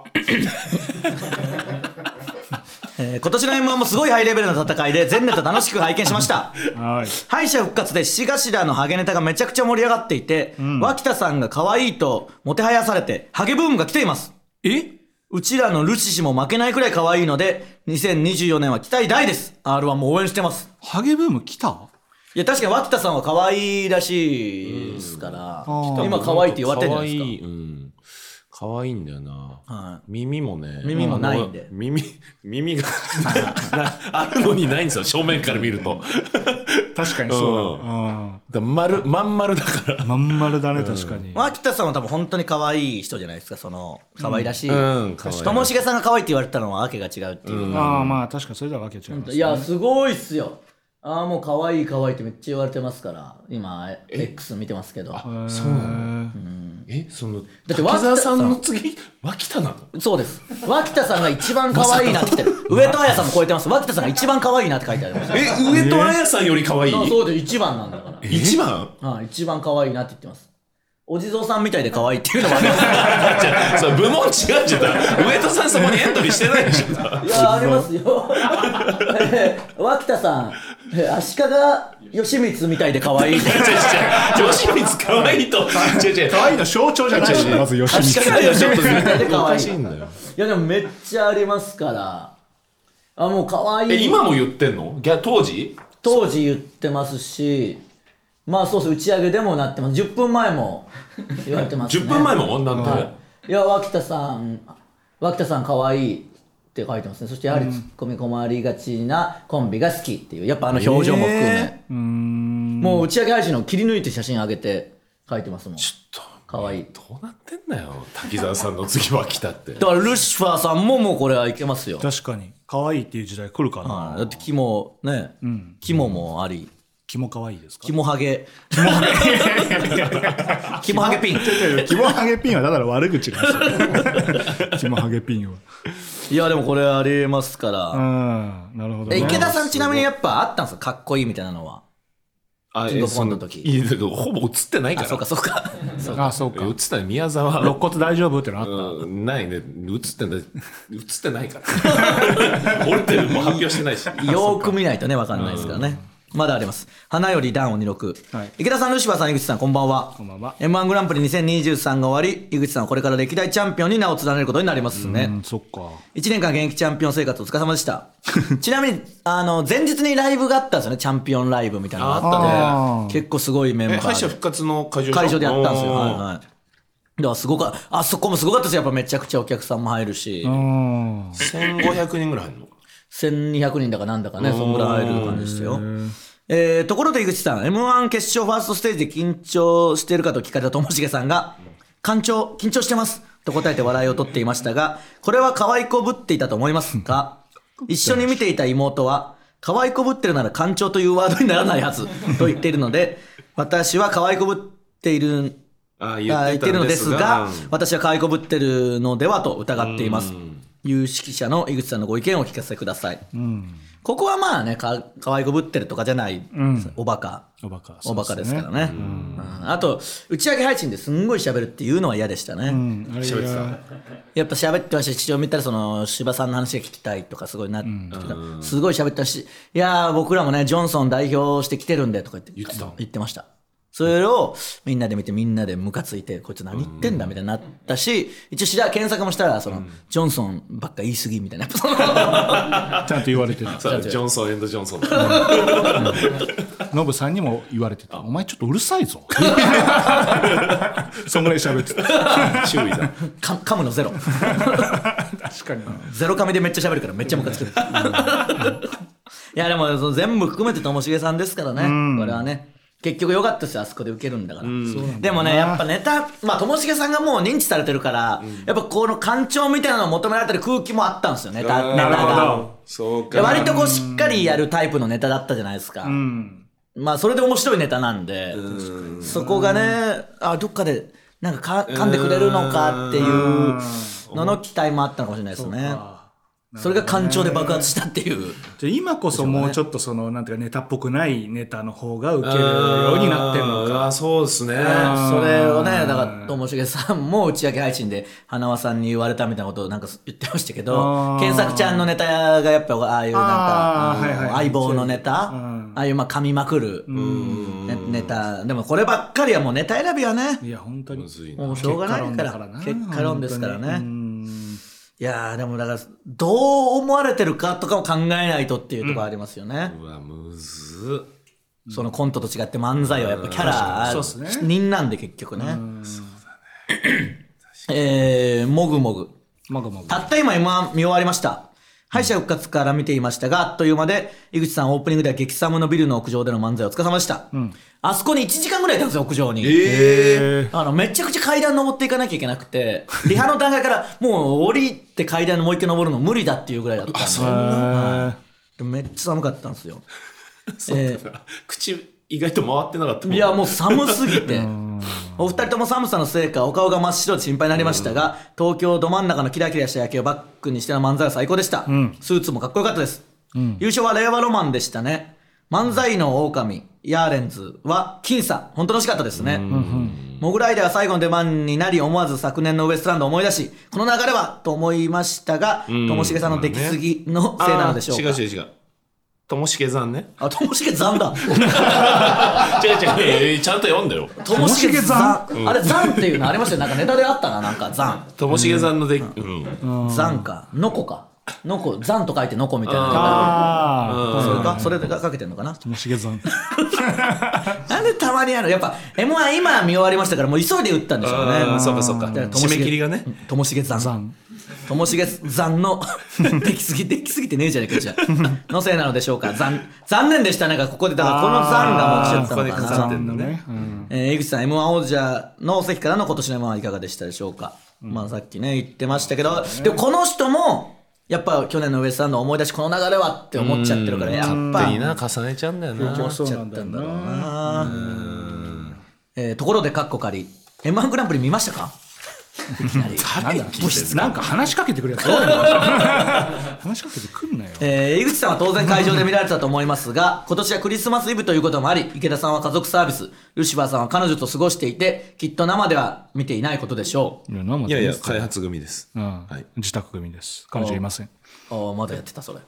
えー今年の M1 もすごいハイレベルな戦いで全ネタ楽しく拝見しました。はい。敗者復活で獅子頭のハゲネタがめちゃくちゃ盛り上がっていて、脇田さんが可愛いともてはやされて、ハゲブームが来ています。えうちらのルシ氏も負けないくらい可愛いので、2024年は期待大です。R1 も応援してます。ハゲブーム来たいや、確かに脇田さんは可愛いらしいですから、ー今可愛いって言われてるんじゃないですか。か。うん。可愛いんだよな。は耳もね。耳もないんであの耳、耳がなあるのにないんですよ、正面から見ると。確かにそううだだ。うん。だ丸、まん丸だから。まん丸だね、確かに。脇田さんは多分本当に可愛い人じゃないですか、その、可愛らしい。うん、可愛いともしげさんが可愛いって言われたのは訳が違うっていう。ああ、まあ確かにそれではわけ違います。いや、すごいっすよ。ああ、もう可愛い可愛いってめっちゃ言われてますから、今、X 見てますけど。そうなえそのだって滝沢さんの脇次脇田なのそうです。脇田さんが一番可愛いなって来 てる。上戸彩さんも超えてます。脇田さんが一番可愛いなって書いてありました。え上戸彩さんより可愛いあそうで一番なんだから。一番はい、一番可愛いなって言ってます。お地蔵さんみたいで可愛いっていうのもあります。じゃあそれ部門違うじゃん上戸さんそこにエントリーしてないでしょいや、ありますよ。えー脇田さん、えー足利義満みたいで可愛い。吉光可愛いと違う違う愛いの象徴じゃないし、まず吉足利義満みたいでお可か愛いし。いんだよいやでもめっちゃありますからあもう可愛いえ今も言ってんのギャ当時当時言ってますしまあそうそう打ち上げでもなってます10分前も言われてますね10分前も女んてはいいや脇田さん脇田さん可愛いって書いてますねそしてやはりツッコミ困りがちなコンビが好きっていうやっぱあの表情も含め、うーんもう打ち上げ配信の切り抜いて写真上げて書いてますもんちょっとかわいいどうなってんだよ滝沢さんの次は来たってだからルシファーさんももうこれはいけますよ確かに可愛いっていう時代来るかな、はいだって肝ね、肝もありキモ可愛いですか肝ハゲ肝ハゲピンキモハゲピンはだから悪口なん ですよキモハゲピンは。いやでもこれありますから、うん、なるほど、えね。池田さんちなみにやっぱあったんですかかっこいいみたいなのはあキングオブコントの時えそいやだけどほぼ映ってないかあらそうかそうかそうあ、そうか映っ。てない宮沢肋骨大丈夫ってのあった。うんないね映ってない映ってないから 俺ってもう発表してないしよーく見ないとね分かんないですからね、まだあります花より段を26、はい池田さんルシファーさん井口さんこんばんはこんばんは m 1グランプリ2023が終わり井口さんはこれから歴代チャンピオンに名を連ねることになりますね、うん、そっか。 1年間現役チャンピオン生活お疲れ様でした ちなみにあの前日にライブがあったんですよねチャンピオンライブみたいなのがあっあた結構すごいメンえバ敗者ー復で活の会場しょ会場でやったんですよおーはいはいだからすごかあそこもすごかったですよやっぱめちゃくちゃお客さんも入るしうん。 1500人ぐらい入るの1200人だかなんだかねそんぐらい入る感じでしたよえーところで井口さん m 1決勝ファーストステージで緊張してるかと聞かれたともしげさんが「緊張緊張してます」と答えて笑いを取っていましたがこれは可愛いこぶっていたと思いますか一緒に見ていた妹は「可愛いこぶってるなら緊張というワードにならないはず」と言っているので私は可愛いこぶっているあーあ言言っっててるたのんでですすがが、私は買いこぶってるのではと疑っています。有識者の井口さんのご意見をお聞かせください。ここはまあね、か可愛いこぶってるとかじゃない、おバカ。おバカ。おバカですねからね。うんあと、打ち上げ配信ですんごい喋るっていうのは嫌でしたね。うん、あれ喋ってがやっぱ喋ってましたし、一応見たらその、芝さんの話が聞きたいとかすごいなってきた、すごい喋ってましたし、いやー、僕らもね、ジョンソン代表してきてるんでとか言って言ってた言ってました。それをみんなで見てみんなでムカついてこいつ何言ってんだみたいになったし一応調べ検索もしたらその、ジョンソンばっか言い過ぎみたいなやっぱそのちゃんと言われてた。さあジョンソンエンドジョンソンだノブさんにも言われてた。お前ちょっとうるさい ぞ。そんぐらい喋ってた。注意だか噛むのゼロ確かに。ゼロ紙でめっちゃ喋るからめっちゃムカつく。いやでもその全部含めてともしげさんですからね、これはね。結局良かったですよ、あそこで受けるんだから。でもね、やっぱネタ、まあともしげさんがもう認知されてるから、やっぱこの感情みたいなのを求められてる空気もあったんですよね、ネタネなタるほが。ど。そうかで割とこうしっかりやるタイプのネタだったじゃないですか。うん。まあそれで面白いネタなんで、そこがね、あ、どっかでなんかか噛んでくれるのかっていうのの期待もあったのかもしれないですね。それが感情で爆発したっていう。じゃあ今こそもうちょっとその、なんていうかネタっぽくないネタの方が受けるようになってんのか。かそうですねそれをね、だから、ともしげさんも打ち上げ配信で、花輪さんに言われたみたいなことをなんか言ってましたけどあ、ー検索ちゃんのネタがやっぱ、ああいうなんか、あーあのはいはい相棒のネタ、うんああいうまあ噛みまくる、ねネタ、でもこればっかりはもうネタ選びはね、いや、本当にむ。ずいなもうしょうがないから、結果論ですから本当にうね。んいやー、でもだから、どう思われてるかとかを考えないとっていうところありますよね。うわむずっそのコントと違って漫才はやっぱキャうんそうっラすね人なんで結局ね。えー、もぐもぐ。まぐまぐ。たった今 M1 見終わりました。敗者復活から見ていましたが、あっという間で、井口さんオープニングでは激寒のビルの屋上での漫才お疲れ様でした。あそこに1時間ぐらいいたんですよ、屋上に。え あの、めちゃくちゃ階段登っていかなきゃいけなくて、リハの段階からもう降りて階段もう一回登るの無理だっていうぐらいだったんで。あでめっちゃ寒かったんですよ。ええ口意外と回ってなかったもんいや、もう寒すぎて。お二人とも寒さのせいか、お顔が真っ白で心配になりましたが、東京ど真ん中のキラキラした夜景をバックにしての漫才は最高でした。スーツもかっこよかったです。優勝は令和ロマンでしたね。漫才の狼、ヤーレンズは僅差。本当楽しかったですね。モグライダーは最後の出番になり、思わず昨年のウエストランドを思い出し、この流れはと思いましたが、ともしげさんの出来すぎのせいなのでしょうか。あー違う違う違うともしげさんねあ、ともしげ残だ。違う違う、えーちゃんと読んだよともしげ残あれ残っていうのありましたよなんかネタであったななんか残ともしげさんのでうん残かのこかのこ残と書いてのこみたいなあそれかそれがかけてんのかなー。ともしげさん。なんでたまにあるやっぱ M は今見終わりましたからもう急いで打ったんでしょうねあーそうかそうかだら締め切りがねうんともしげ残さん。ともしげさんの できすぎできすぎてねえじゃねえかじゃあのせいなのでしょうか残残念でしたねがここでだからこの残が持ちちゃったのあーここでか飾なってんのねうんえー、江口さん、M1 王者の関からの今年の M1 はいかがでしたでしょうか、まあさっきね、言ってましたけど、でもこの人も、やっぱ去年のウエストランドを思い出し、この流れはって思っちゃってるから、やっぱ、勝手にな重ねちゃうんだよな結局うそ思っうちなゃんっだたよんだろうな。なえーところで、カッコ仮、M1 グランプリ見ましたかいき なり。なんだなんか話しかけてくるやつ多いな話しかけてくんなよえー、井口さんは当然会場で見られてたと思いますが、今年はクリスマスイブということもあり、池田さんは家族サービス、ルシファーさんは彼女と過ごしていて、きっと生では見ていないことでしょう。いや生いでやいや見てた開発組です、うんはい自宅組です彼女いませんああ、まだやってた、それ。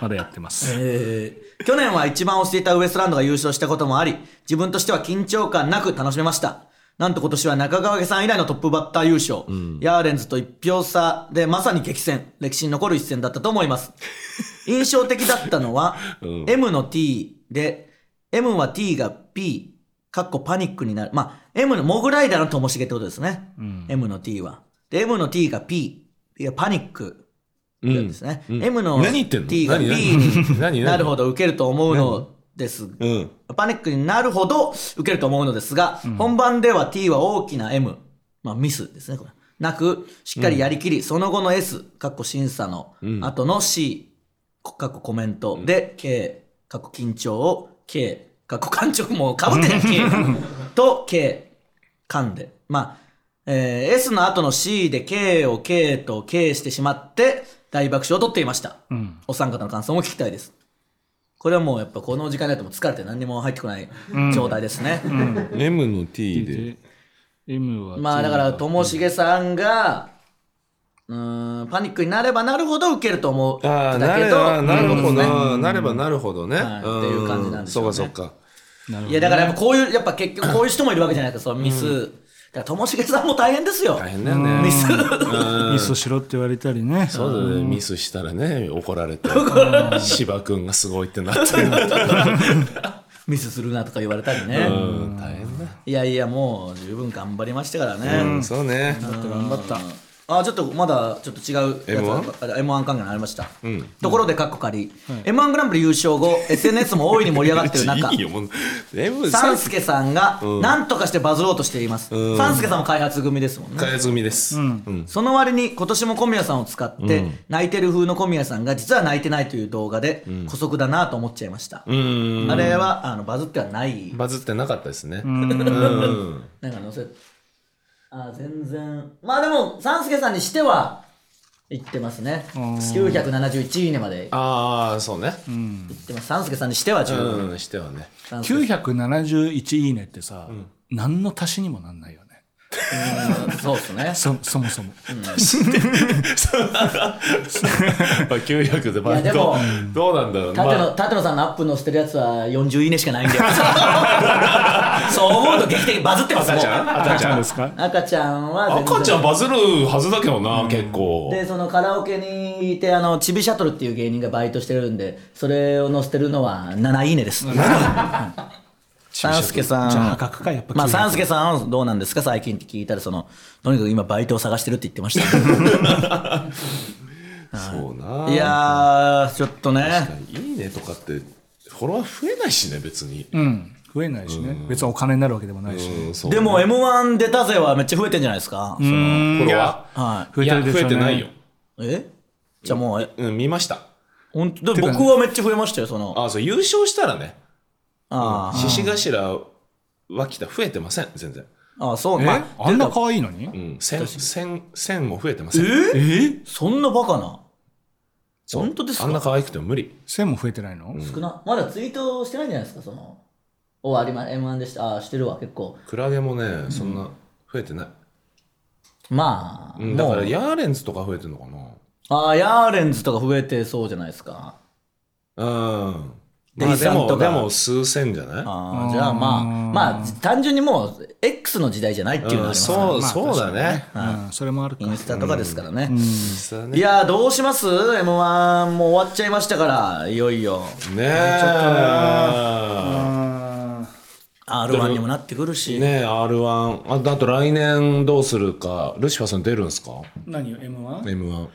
まだやってますえー去年は一番推していたウエストランドが優勝したこともあり、自分としては緊張感なく楽しめました。なんと今年は中川家さん以来のトップバッター優勝、ヤーレンズと一票差でまさに激戦、歴史に残る一戦だったと思います。印象的だったのは、M の T で、M は T が P、かっこパニックになる。まあ、M の、モグライダーのともしげってことですね。M の T は。で、M の T が P、いやパニック。うんですね。うん M の何言ってんの T が P 何何に何なるほど受けると思うのです。うんパニックになるほど受けると思うのですが、本番では T は大きな M、まあ、ミスですね、これ。なく、しっかりやりきり、その後の S、かっこ審査のうん後の C、かっこコメントで、K、かっこ緊張を K、かっこ感情もかぶってない K と K、噛んで。まあ、えー S の後の C で K を K と K してしまって大爆笑を取っていました。うんお三方の感想も聞きたいです。これはもうやっぱこの時間になっても疲れて何にも入ってこない状態ですね。 M の T でで M はまあだからともしげさんが、うーん、パニックになればなるほど受けると思う。ああだなけれど、ばなるほどってことですねななればなるほどね、はいっていう感じなんでしょうねそうかそうかなるほいどやだからやっぱこういう、やっぱ結局こういう人もいるわけじゃないですか、そのミス。だからともしげさんも大変ですよ。大変だよねミスミスしろって言われたりねそうだねミスしたらね怒られて芝君がすごいってなって ミスするなとか言われたりうね。ん大変だいやいやもう十分頑張りましたからね。うんそうね頑張ったあちょっとまだちょっと違うやつ M1？あ M1 関係のありました、ところでカッコ仮、M1 グランプリ優勝後 SNS も大いに盛り上がってる中いいよもう M サさンスケさんが何とかしてバズろうとしています、うんサンスケさんも開発組ですもんね開発組ですうんその割に今年も小宮さんを使って、泣いてる風の小宮さんが実は泣いてないという動画で姑息だなと思っちゃいました、うんあれはあのバズってはないバズってなかったですねうんなんか載せあ全然まあでもサンスケさんにしては言ってますねん971位ねまでああそうね言ってます。三助さんにしては十分。うんしてはね三助971いいねってさ何の足しにもなんないよねうんそうですね。そそもそもまあ900でまあいやでもどうどうなんだろう舘まあ野舘野さんのアップのしてるやつは40いいねしかないんだよ。そう思うと劇的にバズってますもん。赤ちゃん赤ちゃんですか赤ちゃんは全然赤ちゃんバズるはずだけどな結構でそのカラオケにいてあのちびシャトルっていう芸人がバイトしてるんでそれを載せてるのは7いいねです。 三助さん。じゃあ破格かやっぱまあ、 900三助さんはどうなんですか最近って聞いたら、その、とにかく今バイトを探してるって言ってました。 そうないやー、ちょっとね。いいねとかってフォロワー増えないしね別にうん増えないしね別にお金になるわけでもないしうんそうでも M1 出たぜはめっちゃ増えてんじゃないですか。そのフォロワはーいや増えてないよい。えじゃあもう、え、うん見ました本当でかね僕はめっちゃ増えましたよ、その。あそう優勝したらねあ獅子頭脇田増えてません全然あ、ああ、そうえまああんな可愛いのにうん1000 1000 1000も増えてませんえそんなバカな。そう本当ですかあんな可愛くても無理1000も増えてないの少な、まだツイートしてないんじゃないですか、その。お、ありま、M1 でした。ああ、してるわ、結構。クラゲもねそんな増えてない、まあ、うんだからもうヤーレンズとか増えてんのかなああ、ヤーレンズとか増えてそうじゃないですか。うんでまあ遺で産ともかでも数千じゃないああ、じゃあまあ、うんまあ、単純にもう、X の時代じゃないっていうのはありうんますそう,、まあそうだねうんそれもあるかインスタとかですからね。実際いねやーどうします m 1もう終わっちゃいましたからいよいよねえあ R1 にもなってくるし、ね R1 あだと来年どうするかルシファーさん出るんですか何 M1? M1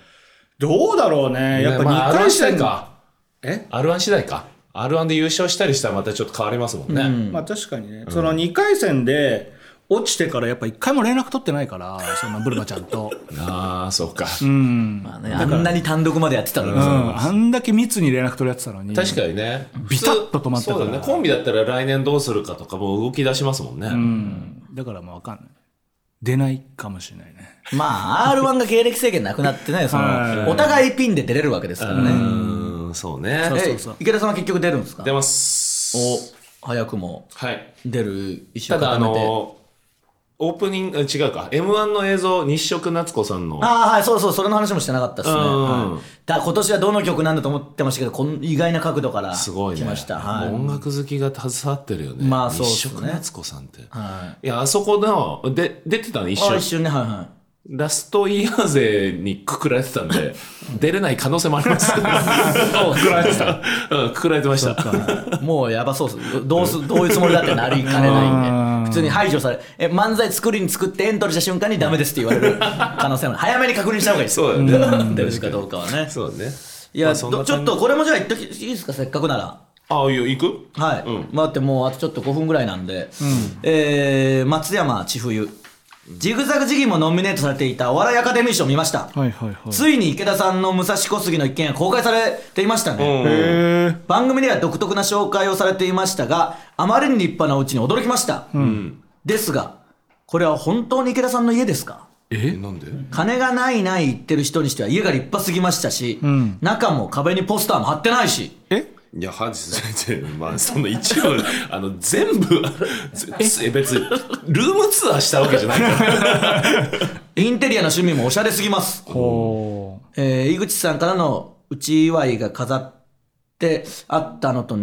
どうだろうね。やっぱねまあ2 R1 回次第戦か。かえ R1 次第か R1 で優勝したりしたらまたちょっと変わりますもんね、まあ確かにね、その2回戦で落ちてからやっぱ1回も連絡取ってないから、そのブルマちゃんと。ああそうか、まあね、あんなに単独までやってたのうに、ん、あんだけ密に連絡取り合ってたのに。確かにねビタッと止まったからそうだねコンビだったら来年どうするかとかもう動き出しますもんね、だからもうわかんない。出ないかもしれないね。まあ R1 が経歴制限なくなってね、そはいのお互いピンで出れるわけですからね。うんそうねそうえそうそう池田さんは結局出るんですか出ますお早くもはい出る意思たをだあ固めて。のオープニングあ違うか m 1の映像日食夏子さんのああはいそうそうそれの話もしてなかったですね、うんはい、だ今年はどの曲なんだと思ってましたけどこん意外な角度からすごいね来ました、はいもう音楽好きが携わってるよね、まあそうっす日ね食夏子さんって、はいやあそこので出てたの一い、あ緒一瞬ねはいは ラストイヤー勢にくくられてた んで出れない可能性もありますくくられてた、うん、くくられてましたいもうやばそうっすどうすどういうつもりだってなりかねないんで普通に排除されえ漫才作りに作ってエントリーした瞬間にダメですって言われ る可能性もある早めに確認した方がいいですそうだね 出るかどうかはねそうだねいや、まあそんなどちょっとこれもじゃあ言っときいいですかせっかくならああいいよ行くはい、待ってもうあとちょっと5分ぐらいなんで、えー松山千冬ジグザグジギーもノミネートされていたお笑いアカデミー賞を見ました、はいはいはい。ついに池田さんの武蔵小杉の一件が公開されていましたね、うんへー番組では独特な紹介をされていましたがあまりに立派なお家に驚きました、ですがこれは本当に池田さんの家ですかえなんで金がないない言ってる人にしては家が立派すぎましたし、中も壁にポスターも貼ってないしえいや、はじ、まあ、その一応、あの、全部、ぜえ、別に、ルームツアーしたわけじゃないから。インテリアの趣味もおしゃれすぎますほえー井口さんからのうち祝いが飾ってあったのと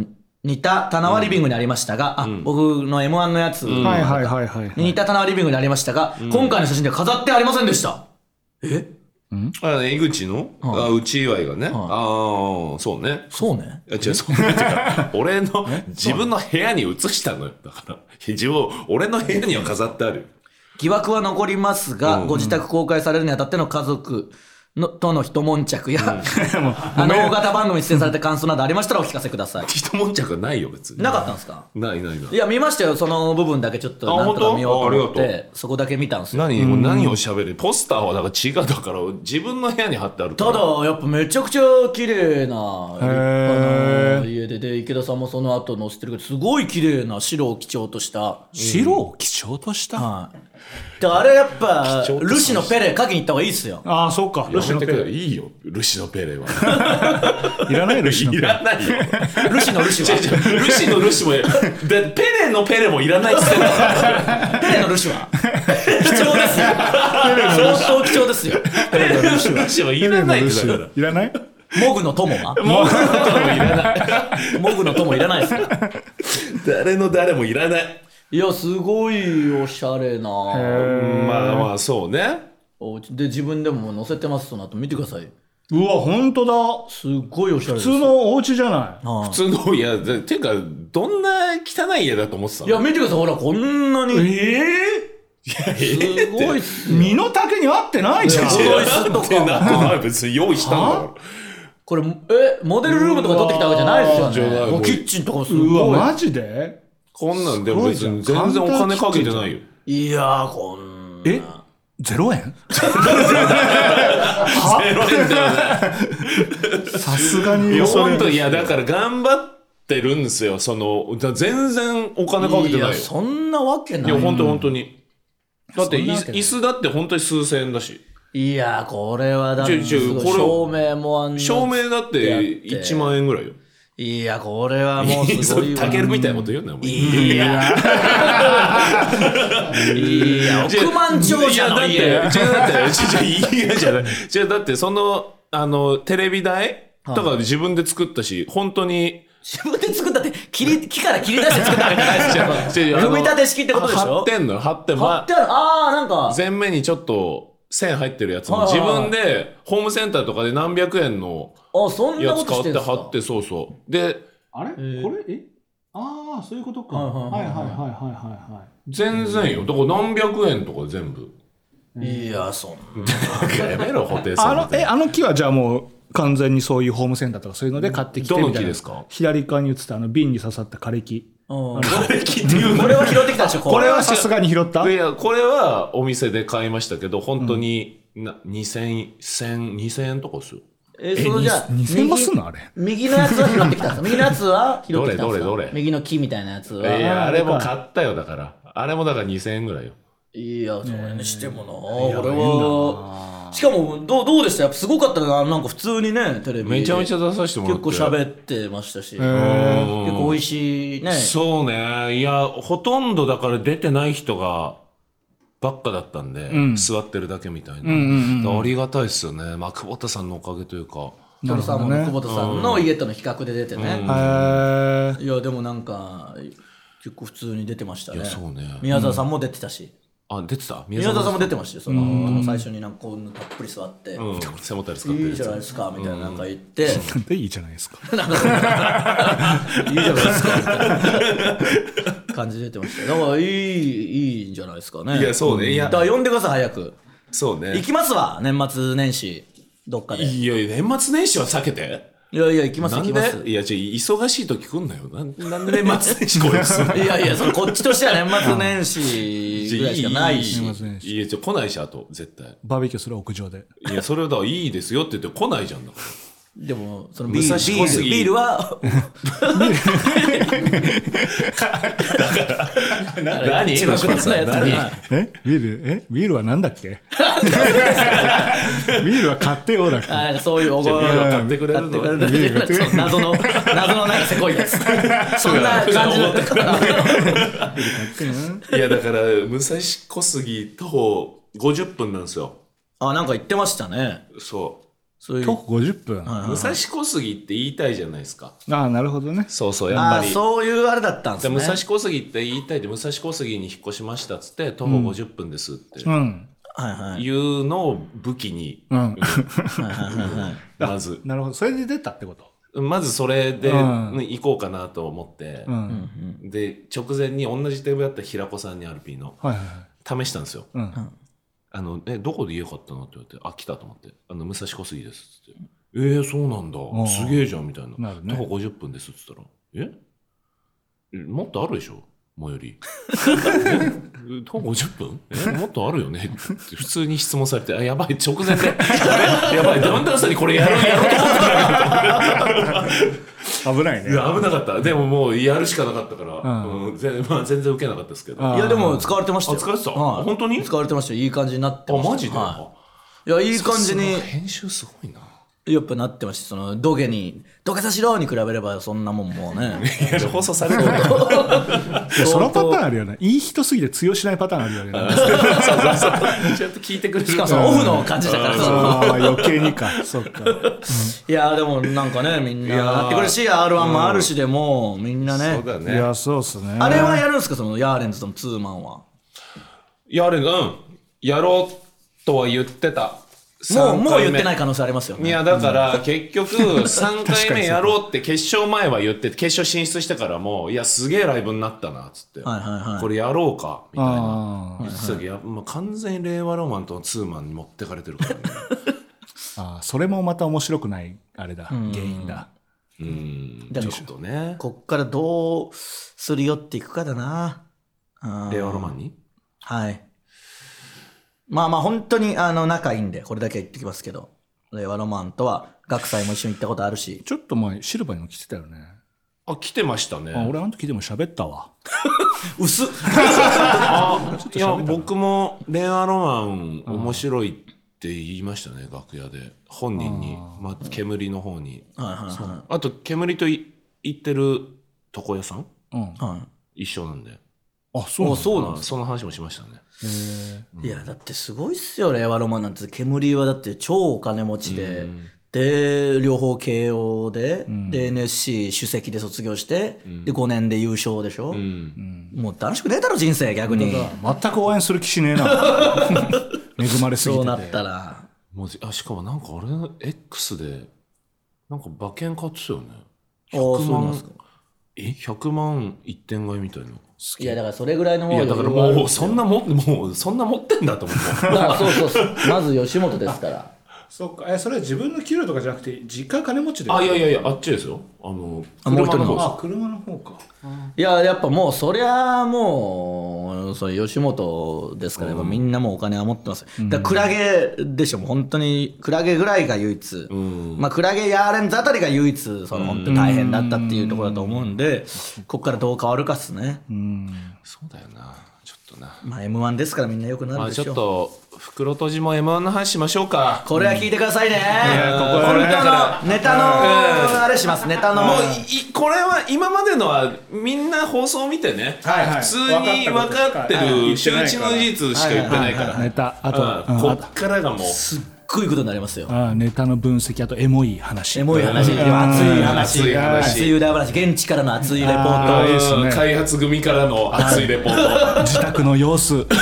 似た棚はリビングにありましたが、あ僕の m 1のやつう。はいはいはいはいはい。に似た棚はリビングにありましたが、今回の写真では飾ってありませんでした、あの、井口の、あ、うち祝いがね。ああ、そうね。そうねあ違う、そう ね。違う俺の、自分の部屋に移したのよ。だから、自分を、俺の部屋には飾ってあるよ。疑惑は残りますが、ご自宅公開されるにあたっての家族のとの一悶着や、 あの大型番組に出演された感想などありましたらお聞かせください一悶着はないよ、別に。なかったんですかないないないい。や見ましたよその部分だけちょっとなあんとか本当見ようと思っあありがてそこだけ見たんですよ何、もう何を喋るポスターは、だから違う。だから、自分の部屋に貼ってあるかたら。だやっぱめちゃくちゃ綺麗な立派な家でで池田さんもその後載せてるけどすごい綺麗な白を基調とした、白を基調とした。はい、であれやっぱ基調としたルシのペレ書きに行った方がいいっ すよああ、そうか。ルシやのめてペくレ。れ。いいよ、ルシのペレは。いらないルシのペいレ。らないよ。ルシのルシ違はう違うルシのルシもでペレのペレもいらないっつってんだペレのルシは貴重ですよ相当貴重ですよペレのルシはいらないっルてシだからいらないモグの 友はモグの友いらないモグの友いらないですよ誰の誰もいらないいやすごいおしゃれなまあまあそうねお家で自分でも載せてますその後見てくださいうわ、ほんとだ。すっごいおしゃれです普通のお家じゃない。はい普通のいやでていうかどんな汚い家だと思ってたのいや、見てください、ほら、こんなに。ええすごいっすよ。身の丈に合ってないじゃん。いや驚いたなんてな別に用意したんだかこれ、え、モデルルームとか撮ってきたわけじゃないですうわーじゃなよいね。もうキッチンとかもすうごい。わ、マジでらこんなんでも別に全然お金かけてないよいやー、こんな。えゼロ円ゼロ円だよねさすがいにや恐本れ当るいやだから頑張ってるんですよそのだ全然お金かけていないよや、そんなわけないいや。本当本当にだってそんな椅わ子けない椅子だって本当に数千円だしいやー、これはだっ違て、うす違うごいこれ照明もあんの照。明だって1万円ぐらいよ。いや、これはもうす そごれいわ。タケルみたいなこと言うなよ、お前。いやー。い や、億万長者のいや家だ。 って、違うだって、違う違ういやじゃない。違うだって、その、あの、テレビ台とか自分で作ったし、本当に、自分で作ったって、切 り、木から切り出して作ったわけじゃないですよ。違う違うあの組み立て式ってことでし貼ょってんのよ、貼って、貼まってある。あー、なんか。前面にちょっと線入ってるやつもはい自はいはい分でホームセンターとかで何百円のあ、そんなやこつと買しってんてすか貼って、そうそう。で、あれこれえああそういうことかははいいはいはいははいいははいいはいはいは全然よ。だから何百円とか全部。いや、そんだからやめろ、布袋いさあんみのたいえな。あの木はじゃあもう完全にそういうホームセンターとかそういうので買ってきてみどたいなの木ですか左側に映ったあの瓶に刺さった枯れ木うん。枯れ木っていうこれは拾ってきたでしょ、これは。はさすがに拾ったいや、これはお店で買いましたけど、本当にな2000、1000、2000円とかですよ。え、そのじゃあ、 2000もすんのあれ右のやつは拾ってきたんですか右のやつは拾ってきたんですかどれどれどれ右の木みたいなやついは。や、あーあれも買ったよ、だから。あれもだから2000円ぐらいよ。いや、それにしてもな、俺いいんは。しかも、どう、どうでしたやっぱすごかったな、なんか普通にね、テレビで。めちゃめちゃ出させてもらっ結て。構喋ってましたし、う結ん構美味しいね。そうね。いや、ほとんどだから出てない人が、ばっかだったんで、ん座ってるだけみたいな。んうんうんだからありがたいですよね。まあ、久保田さんのおかげというか。トロサーモンなのる久ほ保田さんの家との比較で出てね。へえいや、でもなんか、結構普通に出てましたね。いやそうね宮沢さんも出てたし。あ、出てた宮宮沢さんも出てまましたよ。その、最初になんかこう、たっぷり座って、うん。背もたれ使っているいやじつゃないですか、みたいななんか言って、なんでいいじゃないですかいいじゃないですか、みたいな感じ出てましたよ。だから、いい、いいんじゃないですかね。いやそうねいやだから呼んでください、早く。そうね行きますわ、年末年始、どっかで。いいやいや、年末年始は避けて。やいや、行きます、な行んきます。でいや、ちょ、忙しい時来んなよ。なんなんで年末年始こいつ。いやいや、それこっちとしては年末年始ぐらいしかないし。末年始いや、ちょ、来ないし、あと、絶対。バーベキューする屋上でいや、それはだからいいですよって言って来ないじゃんだから。でも、そのビール、武蔵小ビール杉ビール は、 何一番くだらないやつ何がえビールえビールはなんだっ けビールは買ってよだっけあなんかそういうおごじゃあビールを買ってくれるの買ってくれるビール買ってくれるそう謎の、謎のなんかせこいやつ。そんな感じの。いやだから武蔵小杉徒歩50分なんですよあ、なんか言ってましたね。そそういう徒。歩50分う武蔵小杉って言いたいじゃないですかああなるほどねそうそうやっあぱりそういうあれだったんですでね。武蔵小杉って言いたいで武蔵小杉に引っ越しましたっつって徒歩50分ですってうんはいはい。いうのを武器にうんまずなるほどそれで出たってことまずそれでうん行こうかなと思ってうん、で直前に同じテーブルだった平子さんにアルピーのはいはいはい試したんですようんあの、え、どこで家買ったのって言われて、あ、来たと思って、あの、武蔵小杉ですっつって。えー、そうなんだ。んすげえじゃん、みたいな。なるね徒歩50分ですっつったら、ええもっとあるでしょ最寄り。え徒歩50分えもっとあるよねって普通に質問されて、あ、やばい、直前で。あれやばい、ダウンタウンさんにこれやる、やろうと思って危ないねた危なかった。でももう、やるしかなかったから、うんうん全まあ、全然受けなかったですけど。ああ、いや、でも使われてましたよ。あ使われてたはい本当に使われてましたよ。いい感じになってました。マジで、はいいや、いい感じにその、編集すごいな。やっぱなってました。その、土下に、土下座しろに比べれば、そんなもんもうね。放送されるいのやそのパターンあるよねいい人すぎて通用しないパターンあるよねちゃんと聞いてくれるしかもそのオフの感じだから、そのああ余計にかそっかいやーでもなんかねみんなやってくれるし r 1もあるしでもみんなねそうだいね。やそうっすねあれはやるんですかそのヤーレンズとのツーマンはやる、うん。やろうとは言ってた。もう三もう回目言ってない可能性ありますよいねや、だから、結局、3回目やろうって決勝前は言ってて、決勝進出してからも、いや、すげえライブになったな、つって。はいはいはいこれやろうか、みたいなあ。言ってたけど、やまあ完全に令和ロマンとのツーマンに持ってかれてる からね。ああそれもまた面白くないあれだ原因だうん。だちかょらっとね。こっからどうすり寄っていくかだなうん令和ロマンにはいまあまあ本当にあの仲いいんでこれだけは言ってきますけど令和ロマンとは学祭も一緒に行ったことあるしちょっと前シルバーにも来てたよねあ、来てましたね。あ俺あの時でも喋ったわ薄っあいや僕も「令和ロマン」面白いって言いましたね楽屋で本人にまあ、煙の方にはいはいはあと煙とい言ってる床屋さんうんいはい一緒なんであそうなんだそうなんその話もしましたねいやだってすごいっすよ令和ロマンなんて煙はだって超お金持ちで、で両方慶応で、で NSC 首席で卒業して、で5年で優勝でしょ、もう楽しくねえだろ人生逆に、全く応援する気しねえな恵まれすぎてそてうなったらもうあしかもなんかあれ X でなんか馬券買ってたよねあーそうなん万ですかえ100万一点買いみたいな好きいやだからそれぐらいのいもやだからもうそんななももうそんな持ってんだと思っ てそうそうそうまず吉本ですからそっかえそれは自分の給料とかじゃなくて実家金持ちであいやいややいやあっちですよあのあもう一人の車あ車の方かいややっぱもうそりゃもうそれ吉本ですから、やっぱみんなもうお金は持ってます、だからクラゲでしょもう本当にクラゲぐらいが唯一、んまあクラゲヤーレンズあたりが唯一その本当に大変だったっていうところだと思うんで、ここからどう変わるかっすね、そうだよなちょっとなまあ m 1ですからみんなよくなまるあでちしょょっと袋閉じも M1 の話しましょうかこれは聞いてくださいね、ここはねネタのネタのあれしますネタのもういこれは今までのはみんな放送見てね、はいはい普通に分かってる周知の事実しか言ってないから、ネタあと、ううんんこあっからがもうすっごいことになりますよあネタの分析あとエモい話エモい話、うんでも熱い話、熱い話熱い裏話、現地からの熱いレポート。あーいいっすねうん開発組からの熱いレポー自宅の様子ト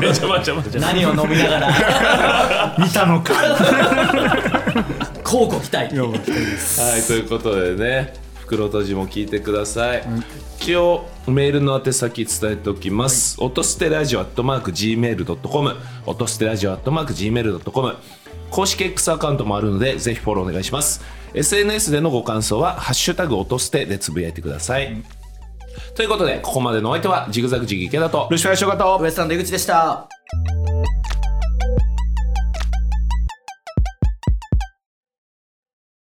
めちゃめちゃめちゃ何を飲みながら、 見たのか交互期待。はいということでね袋閉じも聞いてください、一応メールの宛先伝えておきます、音捨てラジオアットマーク Gmail.com 音捨てラジオアットマーク Gmail.com 公式 X アカウントもあるのでぜひフォローお願いします SNS でのご感想は「ハッシュタグ音捨て」でつぶやいてください、ということでここまでのお相手はジグザグジギ池田とルシファー翔太とウエストランド井口でした。